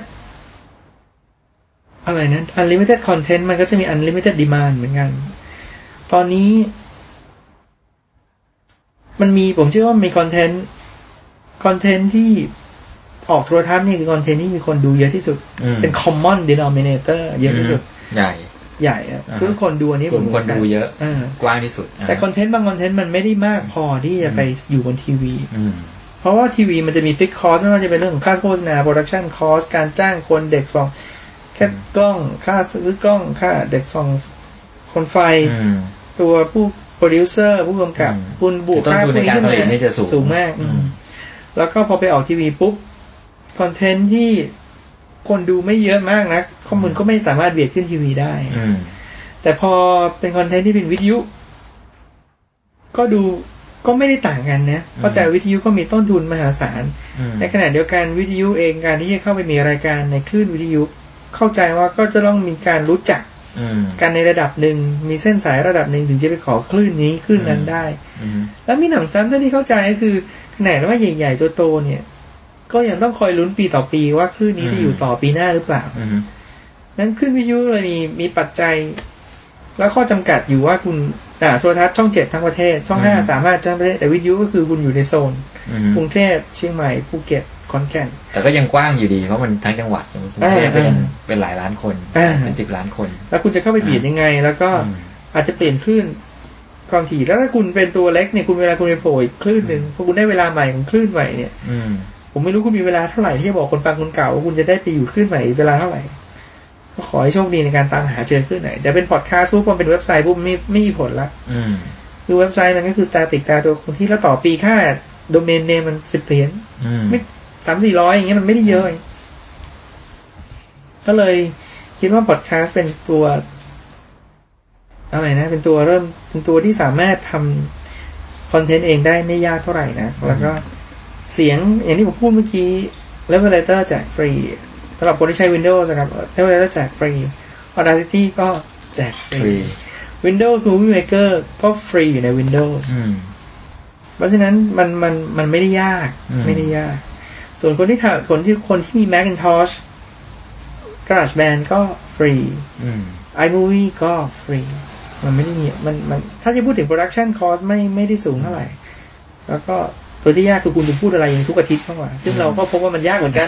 Speaker 2: อะไรนะ unlimited content มันก็จะมี unlimited demand เหมือนกัน ตอนนี้ มันมีผมเชื่อว่ามีคอนเทนต์คอนเทนต์ที่ออกโทรทัศน์นี่คือคอนเทนต์ที่มีคนดูเยอะที่สุด
Speaker 3: อืม
Speaker 2: เป็น common denominator เยอะที่สุด
Speaker 3: ใหญ่
Speaker 2: ใหญ่อะ
Speaker 3: อ่าฮะ
Speaker 2: ทุกคนดูอันนี้
Speaker 3: กลุ่มคนดูเยอะ
Speaker 2: าก
Speaker 3: ว้างที่สุดอ่าฮะ
Speaker 2: แต่คอนเทนต์บางคอนเทนต์มันไม่ได้มากพอที่จะไปอยู่บนทีวี
Speaker 3: อืม
Speaker 2: เพราะว่าทีวีมันจะมีฟิกคอสไม่ว่าจะเป็นเรื่องของค่าโฆษณาโปรดักชันคอสการจ้างคนเด็กส่องแค่
Speaker 3: อืม
Speaker 2: กล้องค่าซื้อกล้องค่าเด็กส่อง คนไฟ
Speaker 3: อืม
Speaker 2: ตัวผู้โปรดิวเซอร์ผู้กำกับ
Speaker 3: อืม
Speaker 2: คุณบุ
Speaker 3: คือต้นทุนในการผลิตนี่จะสูง
Speaker 2: สูงมากอืม
Speaker 3: อืม
Speaker 2: แล้วก็พอไปออกทีวีปุ๊บ คอนเทนต์ที่คนดูไม่เยอะมากนะข้อมูลก็ไม่สามารถเบียดขึ้นทีวีได้
Speaker 3: อืม
Speaker 2: แต่พอเป็นคอนเทนต์ที่เป็นวิทยุ ก็ดูก็ไม่ได้ต่างกันนะเข้าใจ
Speaker 3: อืม
Speaker 2: วิทยุก็มีต้นทุนมหาศาล
Speaker 3: อืม
Speaker 2: ในขณะเดียวกันวิทยุเองการที่จะเข้าไปมีรายการในคลื่นวิทยุ เข้าใจว่าก็จะต้องมีการรู้จัก
Speaker 3: อืม
Speaker 2: กันในระดับหนึ่งมีเส้นสายระดับหนึ่งถึงจะไปขอคลื่นนี้คลื่นนั้นได้
Speaker 3: อืม
Speaker 2: แล้วมีหนำซ้ำเท่าที่เข้าใจก็คือขนาดว่าใหญ่ๆตัวโตเนี่ย ก็ยังต้องคอยลุ้นปีต่อปีว่าคลื่นนี้จะอยู่ต่อปีหน้าหรือเปล่า
Speaker 3: อืม
Speaker 2: นั้นขึ้นวิทยุเลยมีมีปัจจัย และข้อจำกัดอยู่ว่าคุณอ่าโทรทัศน์ช่องเจ็ดทั้งประเทศ ช่องห้าสามารถทั้งประเทศแต่วิทยุก็คือคุณอยู่ในโซน
Speaker 3: อืม
Speaker 2: กรุงเทพเชียงใหม่ภูเก็ตขอนแก่น
Speaker 3: แต่ก็ยังกว้างอยู่ดีเพราะมันทั้งจังหวัดกรุงเทพเป็น
Speaker 2: อ่า
Speaker 3: เป็นหลายล้านคน
Speaker 2: อ่า
Speaker 3: เป็นสิบล้านคน
Speaker 2: แล้วคุณจะเข้าไปเบียดยังไง แล้วก็
Speaker 3: อืม
Speaker 2: อาจจะเปลี่ยนคลื่นความถี่แล้วถ้าคุณเป็นตัวเล็กเนี่ยคุณเวลาคุณไปโผล่อีกคลื่นหนึ่ง
Speaker 3: อืม
Speaker 2: พอคุณได้เวลาใหม่ของคลื่นใหม่เนี่ย
Speaker 3: อืม
Speaker 2: ผมไม่รู้คุณมีเวลาเท่าไหร่ที่จะบอกคนฟังคนเก่าว่าคุณจะได้ไปอยู่คลื่นใหม่เวลาเท่าไหร่ก็ขอให้โชคดีในการตามหาเจอคลื่นไหนแต่เป็นพอดคาสต์ปุ๊บพอเป็นเว็บไซต์ปุ๊บไม่ไม่มีผลละ
Speaker 3: อืม
Speaker 2: คือเว็บไซต์มันก็คือสแตติกตาตัวคงที่แล้วต่อปีค่าโดเมนเนมมันสิบเหรียญ
Speaker 3: อืม
Speaker 2: ไม่สามสี่ร้อยอย่างเงี้ยมันไม่ได้เยอะ ก็เลยคิดว่าพอดคาสต์เป็นตัวอะไรนะ เป็นตัวเริ่มเป็นตัวที่สามารถทำคอนเทนต์เองได้ไม่ยากเท่าไหร่นะ แล้วก็เสียงอย่างที่ผมพูดเมื่อกี้ l e v e l a t o r แจกฟรีสำหรับคนที่ใช้ Windows นะครับ l e v e l a t o r แจกฟรี Audacity ก็แจกฟ
Speaker 3: ฟ
Speaker 2: รี
Speaker 3: รี
Speaker 2: Windows Movie Maker ก็ฟรีอยู่ใน Windows
Speaker 3: อืม
Speaker 2: เพราะฉะนั้นมันมันมันไม่ได้ยาก
Speaker 3: อืม
Speaker 2: ไม่ได้ยาก ส่วนคนที่ทำคนที่คนที่มี Macintosh GarageBand ก็ฟรี
Speaker 3: อื ม
Speaker 2: iMovie ก็ฟรี มันไม่ได้มีมันมันถ้าจะพูดถึง production cost ไม่ไม่ได้สูงเท่าไหร่ แล้วก็ตัวที่ยากคือคุณจะพูดอะไรอย่างทุกอาทิตย์มากกว่า ซึ่งเราก็พบว่ามันยากเหมือนกัน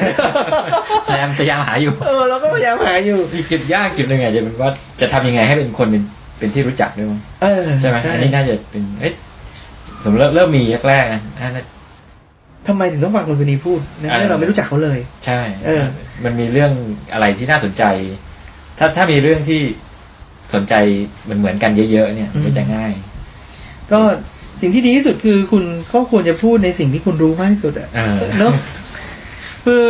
Speaker 3: พยายามพยายามหาอยู่
Speaker 2: เออเราก็พยายามหาอยู่
Speaker 3: อีกจุดยากจุดหนึ่งอาจจะเป็นว่าจะทำยังไงให้เป็นคนเป็นเป็นที่รู้จักด้วยมั้ง
Speaker 2: เออ
Speaker 3: ใช่ไหมอันนี้น่าจะเป็นเอ๊ะสมมติเริ่มมีแรกๆนะอ่าน่า
Speaker 2: ทำไมถึงต้องฟังคนคนนี้พูดนะ
Speaker 3: อ่า
Speaker 2: เมื่อเราไม่รู้จักเขาเลย
Speaker 3: ใช่
Speaker 2: เออ
Speaker 3: มันมีเรื่องอะไรที่น่าสนใจ ถ้าถ้ามีเรื่องที่สนใจเหมือนเหมือนๆกันเยอะๆเนี่ยมันก็จะง่าย
Speaker 2: ก็สิ่งที่ดีที่สุดคือคุณก็ควรจะพูดในสิ่งที่คุณรู้มากที่สุดอะ
Speaker 3: เออ
Speaker 2: เนาะคือ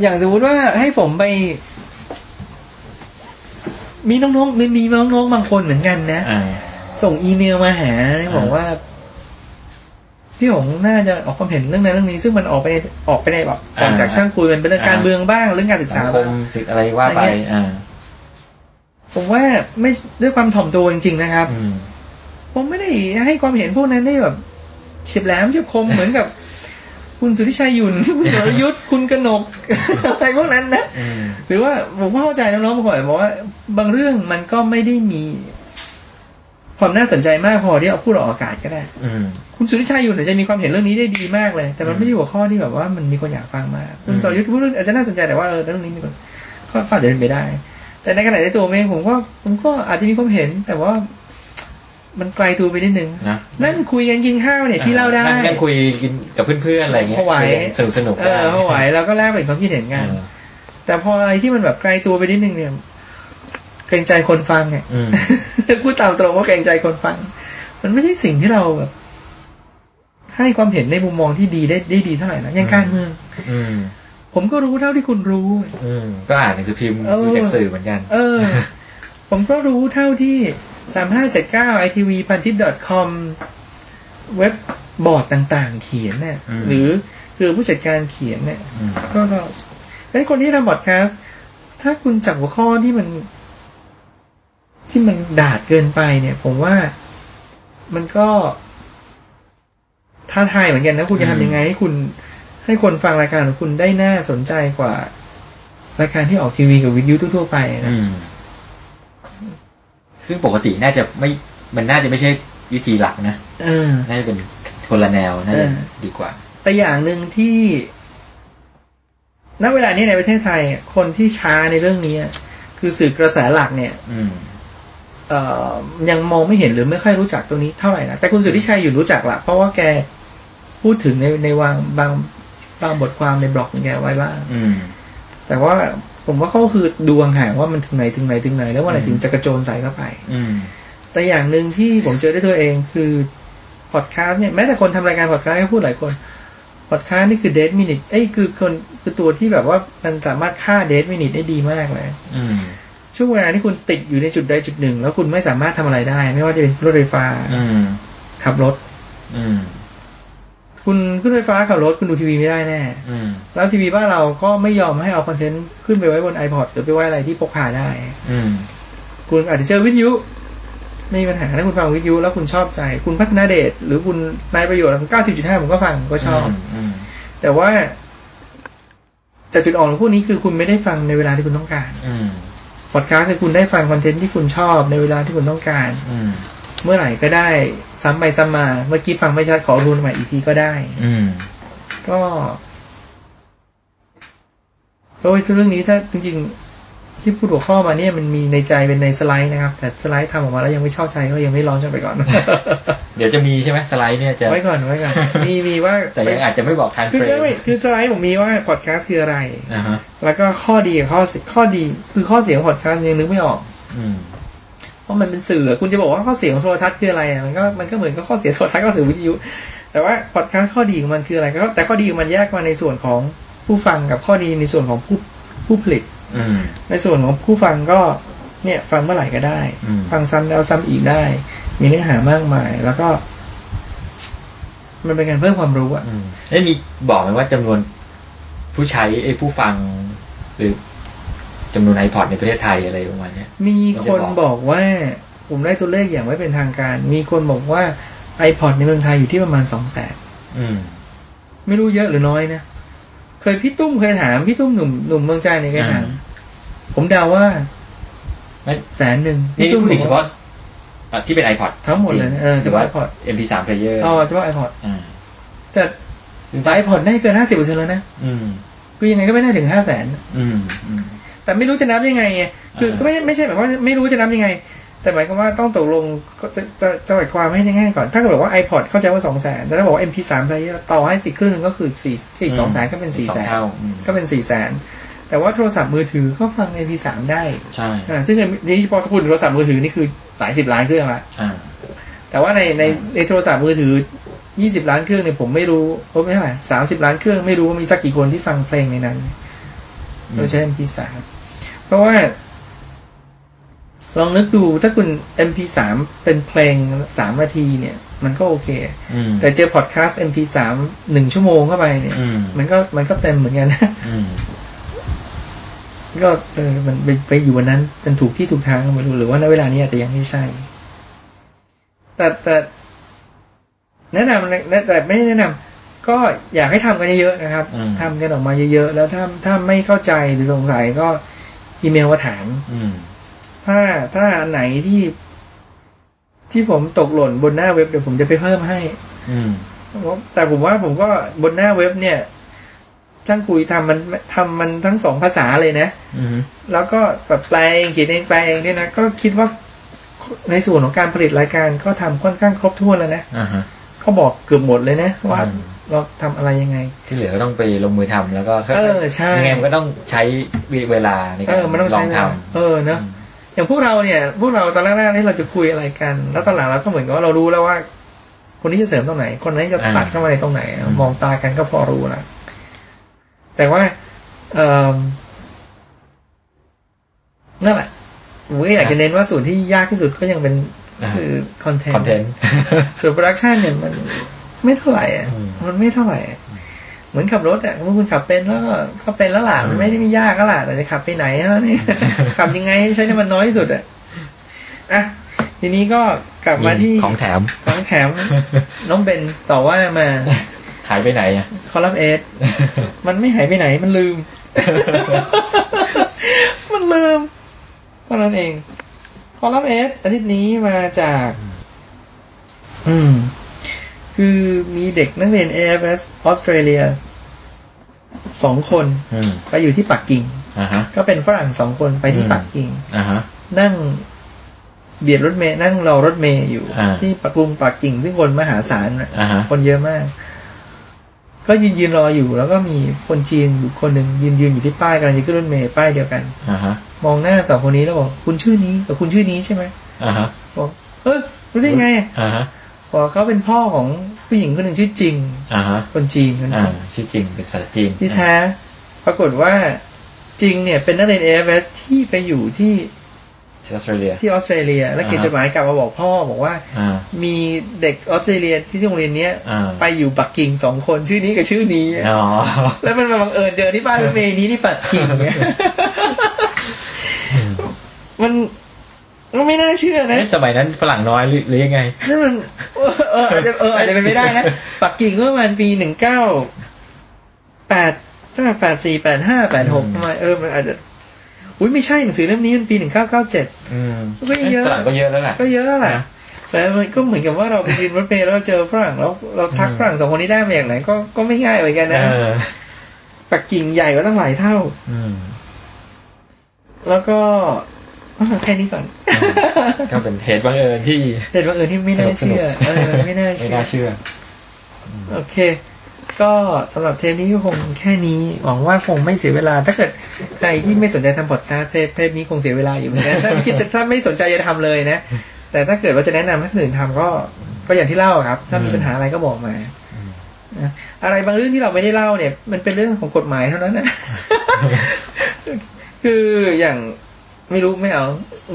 Speaker 2: อย่างสมมติว่าให้ผมไป มีน้องๆมีมีน้องๆบางคนเหมือนกันนะ
Speaker 3: อ่า
Speaker 2: ส่งอีเมลมาหาเนี่ย
Speaker 3: อ่า
Speaker 2: บอกว่า พี่หงน่าจะออกความเห็นเรื่องนั้นเรื่องนี้ซึ่งมันออกไปในออกไปในแบบก่อนจากช่างคุยมันเป็นเรื่องการเมืองบ้างเรื่องการศึก
Speaker 3: สั
Speaker 2: ษาง
Speaker 3: ค
Speaker 2: บ้าม ง
Speaker 3: สิทธิ์อะไรว่าไป
Speaker 2: อะไรเงี้ย
Speaker 3: อ่า
Speaker 2: ผมว่าไม่ด้วยความถ่อมตัวจริงๆนะครับ
Speaker 3: อืม
Speaker 2: ผมไม่ได้ให้ความเห็นพวกนั้นได้แบบเฉียบแหลมเฉียบคม เหมือนกับ คุณสุทธิชัยหยุ่น คุณสรยุทธ์คุณกนก อะไรพวกนั้นนะ
Speaker 3: อืม
Speaker 2: หรือว่าผมก็เข้าใจน้องๆบางคนอาจจะบอกว่า บางเรื่องมันก็ไม่ได้มี ความน่าสนใจมากพอที่เอาพูดออกอากาศก็ได้
Speaker 3: อืม
Speaker 2: คุณสุทธิชัยหยุ่นอาจจะมีความเห็นเรื่องนี้ได้ดีมากเลย แต่มันไม่ใช่หัวข้อที่แบบว่ามันมีคนอยากฟังมากคุณ
Speaker 3: อืม
Speaker 2: สรยุทธ์พูดเรื่องอาจจะน่าสนใจแต่ว่าเออแต่เรื่องนี้มีคนก็ฟาดเดินไปได้ แต่ในขณะในตัวผมเองผมก็ผมก็อาจจะมีความเห็น แต่ว่ามันไกลตัวไปนิดนึง
Speaker 3: นะ
Speaker 2: นั่งคุยกันกินข้าวเนี่ยพี่เล่าได้
Speaker 3: งนั่งคุยกินกับเพื่อนๆอะไรเงี้ย
Speaker 2: พอไหว
Speaker 3: สนุกสนุกๆ
Speaker 2: เออพอไหวแล้วก็แลกเปลี่ยนความคิดเห็น
Speaker 3: เอ
Speaker 2: กัน
Speaker 3: อ
Speaker 2: แต่พออะไรที่มันแบบไกลตัวไปนิดนึงเนี่ย เกรงใจคนฟังเนี่ย
Speaker 3: อืม
Speaker 2: พูดตามตรงว่าเกรงใจคนฟัง มันไม่ใช่สิ่งที่เราแบบ ให้ความเห็นในมุมมองที่ดีได้ได้ดีเท่าไหร่นะอย่างการเมือง
Speaker 3: อืม
Speaker 2: ผมก็รู้เท่าที่คุณรู้
Speaker 3: อืม ก็อ่านหนังสือพิมพ์
Speaker 2: เออ
Speaker 3: ดูจากสื่อเหมือนกัน
Speaker 2: เออ ผมก็รู้เท่าที่สามห้าเจ็ดเก้าไอทีวีพันทิป .com เว็บบอร์ดต่างๆ เขียนเนี่ยหรือคือผู้จัดการเขียนเนี่ย
Speaker 3: ม
Speaker 2: ก็ก็งั้นคนที่ทำบอดแคสต์ถ้าคุณจับหัวข้อที่มัน ที่มันดาดเกินไปเนี่ย ผมว่ามันก็ท้าทายเหมือนกันนะคุณจะทำยังไงให้คุณให้คนฟังรายการของคุณได้น่าสนใจกว่า รายการที่ออกทีวีกับวิทยุทั่วๆไปนะ
Speaker 3: อืมซึ่งปกติน่าจะไม่ มันน่าจะไม่ใช่วิธีหลักนะ
Speaker 2: เออ
Speaker 3: น่าจะเป็นคนละแนว น่าจะ
Speaker 2: เออ
Speaker 3: ดีกว่า
Speaker 2: แต่อย่างหนึ่งที่ณเวลานี้ในประเทศไทย คนที่ช้าในเรื่องนี้อะคือสื่อกระแสหลักเนี่ย
Speaker 3: อืม
Speaker 2: เอ่อยังมองไม่เห็นหรือไม่ค่อยรู้จักตรงนี้เท่าไหร่นะแต่คุณสุทธิชัยอยู่รู้จักละเพราะว่าแกพูดถึงในในวางบางบางบทความในบล็อกของแกไว้บ้าง
Speaker 3: อืม
Speaker 2: แต่ว่าผมว่าเขาคือดูห่างๆว่ามันถึงไหนถึงไหนถึงไหน แล้ววันไหนถึงจะกระโจนใส่เข้าไป
Speaker 3: อืม
Speaker 2: แต่อย่างหนึ่งที่ผมเจอด้วยตัวเองคือพอดแคสต์เนี่ยแม้แต่คนทำรายการพอดแคสต์ก็พูดหลายคนพอดแคสต์นี่คือเดทมินิทเอ้ยคือคนคือตัวที่แบบว่ามันสามารถฆ่าเดทมินิทได้ดีมากเลย
Speaker 3: อืม
Speaker 2: ช่วงเวลาที่คุณติดอยู่ในจุดใดจุดหนึ่ง แล้วคุณไม่สามารถทำอะไรได้ ไม่ว่าจะเป็นขึ้นรถไฟฟ้า
Speaker 3: อืม
Speaker 2: ขับรถ
Speaker 3: อืม
Speaker 2: คุณขึ้นรถไฟฟ้าขับรถคุณดูทีวีไม่ได้แน่
Speaker 3: อืม
Speaker 2: แล้วทีวีบ้านเราก็ไม่ยอมให้เอาคอนเทนต์ขึ้นไปไว้บน iPod หรือไปไว้อะไรที่พกพาได้
Speaker 3: อืม
Speaker 2: คุณอาจจะเจอวิทยุไม่มีปัญหาถ้าคุณฟังวิทยุแล้วคุณชอบใจ คุณพัฒนาเดชหรือคุณนายประโยชน์ของ 90.5 ผมก็ฟังผมก็ชอบ
Speaker 3: อืม
Speaker 2: แต่ว่าแต่จุดอ่อนของพวกนี้คือคุณไม่ได้ฟังในเวลาที่คุณต้องการ
Speaker 3: อืม
Speaker 2: พอดแคสต์คุณได้ฟังคอนเทนต์ที่คุณชอบในเวลาที่คุณต้องการ
Speaker 3: อืม
Speaker 2: เมื่อไหร่ก็ได้ซ้ำไปซ้ำมา เมื่อกี้ฟังไม่ชัดขอรูนใหม่อีกทีก็ได้
Speaker 3: อืม
Speaker 2: ก็โอ้ยเรื่องนี้ถ้าจริง ๆ ที่พูดหัวข้อมาเนี่ยมันมีในใจเป็นในสไลด์นะครับ แต่สไลด์ทำออกมาแล้วยังไม่ชอบใจก็ยังไม่ร้อนจนไป ก่อน
Speaker 3: เดี๋ยวจะมีใช่ไหมสไลด์เนี่ยจะ
Speaker 2: ไว้ก่อนไว้ก่อนมีมีว่า
Speaker 3: แต่ยังอาจจะไม่บอกทัน
Speaker 2: คือ
Speaker 3: เฟรม
Speaker 2: ไม่ไม่คือสไลด์ผมมีว่าพอดแคสต์คืออะไร
Speaker 3: อ่าฮะ
Speaker 2: แล้วก็ข้อดีกับข้อเสียข้อดี คือข้อเสียของพอดแคสต์ยังนึกไม่ออก
Speaker 3: อืม
Speaker 2: เพราะมันเป็นสื่อคุณจะบอกว่าข้อเสียของโทรทัศน์คืออะไรอ่ะมันก็มันก็เหมือนกับข้อเสียโทรทัศน์ข้อเสียวิทยุ แต่ว่าพอดแคสต์ข้อดีของมันคืออะไรก็แต่ข้อดีของมันแยกมาในส่วนของผู้ฟังกับข้อดีในส่วนของผู้ผู้ผลิต
Speaker 3: อืม
Speaker 2: ในส่วนของผู้ฟังก็เนี่ยฟังเมื่อไหร่ก็ได้
Speaker 3: อืม
Speaker 2: ฟังซ้ำแล้วซ้ำอีกได้ มีเนื้อหามากมาย แล้วก็ มันเป็นการเพิ่มความรู้อะ
Speaker 3: อืมแล้วมีบอกไหมว่าจำนวนผู้ใช้ไอ้ยผู้ฟัง หรือจำนวนไอพอดในประเทศไทยอะไรประมาณเนี้ย
Speaker 2: มีคนบอกว่า ผมได้ตัวเลขอย่างไม่เป็นทางการ มีคนบอกว่า iPod ในเมืองไทยอยู่ที่ประมาณสองแสน
Speaker 3: อืม
Speaker 2: ไม่รู้เยอะหรือน้อยนะ เคยพี่ตุ้มเคยถาม พี่ตุ้มหนุ่มหนุ่มเมืองใจเนี่ยเคยถาม
Speaker 3: อืม
Speaker 2: ผมเดาว่า
Speaker 3: ไม่
Speaker 2: แสนหนึ่ง
Speaker 3: นี่
Speaker 2: พี่ตุ้ม
Speaker 3: พูดถึงเฉ
Speaker 2: บอกว่า
Speaker 3: พาะอ่ะที่เป็นไอพอด
Speaker 2: ทั้งหมดเลยนะเออ
Speaker 3: หรือว่า
Speaker 2: เฉพาะ iPod
Speaker 3: MP3 player
Speaker 2: อ๋อเฉพาะ iPod
Speaker 3: อืม
Speaker 2: แต่แต่ iPod ได้เกินห้าสิบเปอร์เซ็นต์แล้วนะ
Speaker 3: อืม
Speaker 2: คือยังไงก็ไม่ได้ถึงห้าแสน
Speaker 3: อืม อืม
Speaker 2: แต่ไม่รู้จะนับยังไงไงคือ
Speaker 3: อ่า
Speaker 2: ก็ไม่ไม่ใช่หมายความว่าไม่รู้จะนับยังไง แต่หมายความว่าต้องตกลงก็จะจะจะหมายความให้ง่ายๆก่อน ถ้าเกิดบอกว่า iPod เข้าใจว่าสองแสนแต่ถ้าบอกว่า MP3 player ต่อให้ติดครึ่งหนึงก็คือสี่อีกสองแสนก็เป็นสี่
Speaker 3: สอ
Speaker 2: แส
Speaker 3: ง
Speaker 2: น
Speaker 3: เท่าอืม
Speaker 2: ก็เป็นสี่แสนแต่ว่าโทรศัพท์มือถือก็ฟัง MP3 ได้
Speaker 3: ใช่
Speaker 2: อ่าซึ่งในนี้พอพูดถึงโทรศัพท์มือถือนี่คือหลายสิบล้านเครื่องละ
Speaker 3: อ่า
Speaker 2: แต่ว่าในในในโทรศัพท์มือถือยี่สิบล้านเครื่องเนี่ยผมไม่รู้โอ้ไม่เท่าไหร่สามสิบล้านเครื่องไม่รู้ว่ามีสักกี่คนที่ฟังเพลงในนั้น โดยใช้ MP3 เพราะว่า ลองนึกดูถ้าคุณ MP3 เป็นเพลงสามนาทีเนี่ย มันก็โอเค
Speaker 3: อืม
Speaker 2: แต่เจอพอดแคสต์ MP3 หนึ่งชั่วโมงเข้าไปเนี่ย
Speaker 3: อืม
Speaker 2: นก็มันก็เต็มเหมือนกันนะ
Speaker 3: อืม
Speaker 2: ก็เออมันไปไปอยู่วันนั้นเป็นถูกที่ถูกทางก็ไม่รู้หรือว่าณเวลานี้อาจจะยังไม่ใช่ แต่แต่แนะนำนะแต่ไม่แนะนำก็อยากให้ทำกันเยอะๆนะครับ
Speaker 3: อืม
Speaker 2: ทำกันออกมาเยอะๆแล้วถ้าถ้าไม่เข้าใจหรือสงสัยก็อีเมลมาถาม
Speaker 3: อืม
Speaker 2: ถ้าถ้าอันไหนที่ที่ผมตกหล่นบนหน้าเว็บเดี๋ยวผมจะไปเพิ่มให้
Speaker 3: อืม
Speaker 2: แต่ผมว่าผมก็บนหน้าเว็บเนี่ยช่างคุยทำมันทำมันทั้งสองภาษาเลยนะ
Speaker 3: อืม
Speaker 2: แล้วก็แบบแปลเองเขียนเองแปลเองด้วยนะ ก็คิดว่าในส่วนของการผลิตรายการก็ทำค่อนข้างครบถ้วนแล้วนะ
Speaker 3: อ่าฮะ
Speaker 2: เขาบอกเกือบหมดเลยนะ ว่า
Speaker 3: อืม
Speaker 2: เราทำอะไรยังไง
Speaker 3: ที่เหลือก็ต้องไปลงมือทำแล้วก็
Speaker 2: เออใช่
Speaker 3: ยังไงมันก็ต้องใช้เวลาในการ
Speaker 2: เออมันต้อง
Speaker 3: ลอ
Speaker 2: ใช้
Speaker 3: ง
Speaker 2: เว
Speaker 3: ท
Speaker 2: ลา
Speaker 3: ำ
Speaker 2: เออเนอะอย่างพวกเราเนี่ย พวกเราตอนแรกๆนี่เราจะคุยอะไรกัน แล้วตอนหลังเราก็เหมือนกับว่าเรารู้แล้วว่า คนนี้จะเสริมตรงไหน คนนี้จะตัด
Speaker 3: อ่า
Speaker 2: เข้ามาในตรงไหนอะ
Speaker 3: อืม
Speaker 2: มองตากันก็พอรู้ละแต่ว่าเออนั่นแหละผมก็อยากจะเน้นว่าส่วนที่ยากที่สุดก็ยังเป็นคือคอนเทน
Speaker 3: คอนเทน
Speaker 2: ต์
Speaker 3: ต์
Speaker 2: ส่วนโปรดักชันเนี่ยมันไม่เท่าไหร่อ่ะ
Speaker 3: อืม
Speaker 2: มันไม่เท่าไหร่อะเหมือนขับรถอ่ะเมื่อคุณขับเป็นแล้วก็ก็เป็นแล้วล่ะ
Speaker 3: อืม
Speaker 2: มันไม่ได้มียากแล้วล่ะแต่จะขับไปไหนแล้ว นี่ ขับยังไงให้ใช้น้ำมันน้อยที่สุดอ่ะ อ่ะ ทีนี้ก็กลับมาที่
Speaker 3: ของแถม
Speaker 2: ของแถม น้องเบนต่อว่ามา
Speaker 3: หายไปไหนอ่ะ
Speaker 2: คอลัมน์เอส มันไม่หายไปไหนมันลืม มันลืมเท่านั้นเองคอลัมน์เอสอาทิตย์นี้มาจาก อืม คือมีเด็กนักเรียน AFS ออสเตรเลียสองคน
Speaker 3: อืม
Speaker 2: ไปอยู่ที่ปักกิ่ง
Speaker 3: อ่าฮะ
Speaker 2: ก็เป็นฝรั่งสองคนไปที่
Speaker 3: อืม
Speaker 2: ปักกิ่ง
Speaker 3: อ่าฮะ
Speaker 2: นั่งเบียดรถเมย์นั่งรอรถเมย์อยู่
Speaker 3: อ่า
Speaker 2: ที่ปกรุงปักกิ่งซึ่งคนมหาศาลน่ะ
Speaker 3: อ่าฮะ
Speaker 2: คนเยอะมาก ก็ยืนยืนรออยู่ แล้วก็มีคนจีนอยู่คนหนึ่งยืนยืนอยู่ที่ป้ายกำลังจะขึ้นรถเมล์ป้ายเดียวกัน
Speaker 3: อ่าฮะ
Speaker 2: มองหน้าสองคนนี้แล้วบอกคุณชื่อนี้กับคุณชื่อนี้ใช่ไหม
Speaker 3: อ่าฮะ
Speaker 2: บอกเออรู้ได้ไง
Speaker 3: อ่าฮะ
Speaker 2: บอกเขาเป็นพ่อของผู้หญิงคนหนึ่งชื่อจริง
Speaker 3: อ่าฮะ
Speaker 2: คนจีนคน
Speaker 3: อ่า
Speaker 2: จีน
Speaker 3: ชื่อจริงเป็นภาษาจีน
Speaker 2: ที่แท้ปรากฏว่าจริงเนี่ยเป็นนักเรียน AFS ที่ไปอยู่ที่
Speaker 3: ที่ออสเตรเลีย
Speaker 2: ที่ออสเตรเลีย แล้วเขียน
Speaker 3: อ่า
Speaker 2: จดหมายกลับมาบอกพ่อบอกว่า
Speaker 3: อ่า
Speaker 2: มีเด็กออสเตรเลียที่โรงเรียนเนี้ย
Speaker 3: อ่า
Speaker 2: ไปอยู่ปักกิ่งสองคนชื่อนี้กับชื่อนี้
Speaker 3: อ๋อ
Speaker 2: แล้วมันมาบังเอิญเจอที่บ้านรถเมย์นี้ที่ปักกิ่งเนี่ย มันก็ไม่น่าเชื่อนะ
Speaker 3: เอ๊ะสมัยนั้นฝรั่งน้อยหรือหรือยังไง
Speaker 2: นั่นมันเออเอออาจจะเอออาจจะเป็นไม่ได้นะ ปักกิ่งเมื่อประมาณปีหนึ่งเก้าแปดเท่าไหร่แปดสี่แปดห้าแปดหก
Speaker 3: อืม
Speaker 2: ประมาณเออมันอาจจะ อุ้ยไม่ใช่หนังสือเล่มนี้มันปีหนึ่งเก้าเก้าเจ็ด
Speaker 3: อืม
Speaker 2: ก็เยอะ
Speaker 3: ฝรั่งก็เยอะแล้วแหละ
Speaker 2: ก็เยอะแหละแต่มันก็เหมือนกับว่าเราไปยืนรถเมล์แล้วเราเจอฝรั่งแล้วเราทัก
Speaker 3: อืม
Speaker 2: ฝรั่งสองคนนี้ได้มาอย่างไรก็ก็ไม่ง่ายเหมือนกันนะ
Speaker 3: เออ
Speaker 2: ปักกิ่งใหญ่กว่าตั้งหลายเท่า
Speaker 3: อืม
Speaker 2: แล้วก็อ้าวแค่นี้ก่อน
Speaker 3: ก็เป็นเหตุบังเอิญที่
Speaker 2: เหตุบังเอิญที่ไม่น่า
Speaker 3: สนุ
Speaker 2: เชื่
Speaker 3: ก
Speaker 2: อ
Speaker 3: ส
Speaker 2: เอ
Speaker 3: นุก
Speaker 2: อไม่น่าเชื่อ
Speaker 3: ไม่น่าเชื่อ
Speaker 2: โอเค ก็สำหรับเทปนี้ก็คงแค่นี้ หวังว่าคงไม่เสียเวลา ถ้าเกิดใครที่ไม่สนใจทำพอดแคสต์เทปนี้คงเสียเวลาอยู่เหมือน กัน ถ้าไม่คิดจะถ้าไม่สนใจจะทำเลยนะ แต่ถ้าเกิดว่าจะแนะนำให้คนอื่นทำก็ก็อย่างที่เล่าอะครับ ถ้ามี
Speaker 3: อืม
Speaker 2: ปัญหาอะไรก็บอกมา
Speaker 3: อืม
Speaker 2: นะอะไรบางเรื่องที่เราไม่ได้เล่าเนี่ย มันเป็นเรื่องของกฎหมายเท่า นั้นนะ คืออย่างไม่รู้ไม่เอา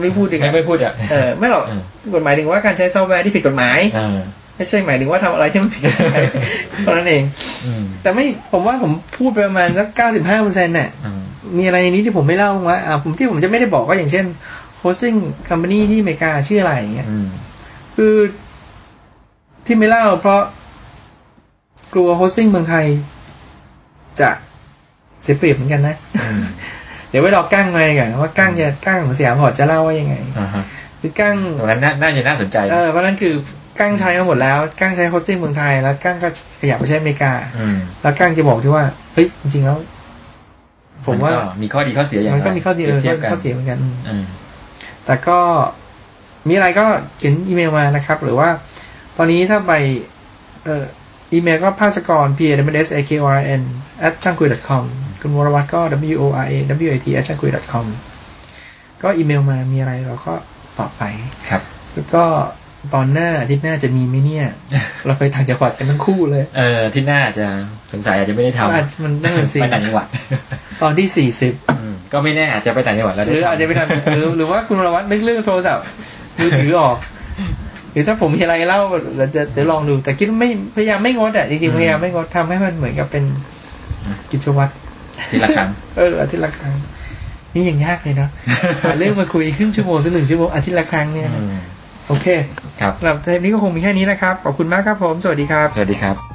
Speaker 2: ไม่พูดดีกว่า
Speaker 3: ไม่ไม่พูดอะ
Speaker 2: เออไม่หรอก
Speaker 3: อืม
Speaker 2: กฎหมายถึงว่าการใช้ซอฟต์แวร์ที่ผิดกฎหมาย
Speaker 3: อ่า
Speaker 2: ไม่ใช่หมายถึงว่าทำอะไรที่มันผิดกฎหมาย เท่านั้นเอง
Speaker 3: อืม
Speaker 2: แต่ไม่ผมว่าผมพูดไปประมาณสักเก้าสิบห้าเปอร์เซ็นต์น่ะ
Speaker 3: อืม
Speaker 2: มีอะไรในนี้ที่ผมไม่เล่าบ้างวะอ่าผมที่ผมจะไม่ได้บอกก็อย่างเช่น hosting company ที่อเมริกาชื่ออะไรอย่างเงี้ย
Speaker 3: อืม
Speaker 2: คือที่ไม่เล่าเพราะกลัว hosting เมืองไทย จะเสียเปรียบเหมือนกันนะ
Speaker 3: อืม
Speaker 2: เดี๋ยวไว้รอกั้งมาดีกว่อนว่ากั้งจะกั้งของสยามพอร์ตจะเล่าว่ายังไง
Speaker 3: อ่าฮะ
Speaker 2: คือกั้ง
Speaker 3: ตรงนั้นน่าน่าจะน่าสนใจ
Speaker 2: เออเพราะนั้นคือกั้งใช้มาหมดแล้วกั้งใช้โฮสติ้งเมืองไทย แล้วกั้งก็ขยับไปใช้อเมริกา
Speaker 3: อืม
Speaker 2: แล้วกั้งจะบอกที่ว่าเฮ้ยจริงๆแล้ว ผมว่าน
Speaker 3: ก็ข้อดีข้อเสียอย่างไร
Speaker 2: มันก็มีข้อดีเออ
Speaker 3: ปรียบทียบกัน
Speaker 2: ข้อเสียเหมือนกันอืม
Speaker 3: อืม
Speaker 2: แต่ก็มีอะไรก็เขียนอีเมลมานะครับ หรือว่า ตอนนี้ถ้าไปเอ่ออีเมลก็ภาสกร p a w s a k o r n at ช่างคุย .com คุณวรวัตรก็ w o r a w a t at ช่างคุย .com ก็อีเมลมามีอะไรเราก็ตอบไป
Speaker 3: ครับ
Speaker 2: แล้วก็ตอนหน้าอาทิตย์หน้าจะมีไหมเนี่ย เราไปต่างจังหวัดกันทั้งคู่เลย
Speaker 3: เออที่น่าจะสงสัยอาจจะไม่ได้ทำ
Speaker 2: อาจมันนั่นสิ
Speaker 3: ไปต่างจังหวัด
Speaker 2: ตอนที่สี่สิบ
Speaker 3: อืมก็ไม่แน่อาจจะไปต่างจังหวัดแล้ว
Speaker 2: หรืออาจจะไปทัน หรือหรือว่าคุณวรวัตรนึกเรื่องโทรศัพท์มือถือออก หรือถ้าผมมีอะไรเล่าเราจะเดี๋ยวลองดูแต่คิดว่าไม่พยายามไม่งดอ่ะจริงๆพยายามไม่งดทำให้มันเหมือนกับเป็นกิจวัตร
Speaker 3: ทีละครั้ง
Speaker 2: เอออาทิตย์ละครั้งนี่ยังยาก เลยเนาะหาเรื่องมาคุยครึ่งชั่วโมงสักหนึ่งชั่วโมงอาทิตย์ละครั้งเนี่ย
Speaker 3: อืม
Speaker 2: โอเค
Speaker 3: ครับ
Speaker 2: สำหรับเทปนี้ก็คงมีแค่นี้นะครับขอบคุณมากครับผมสวัสดีครับ
Speaker 3: สวัสดีครับ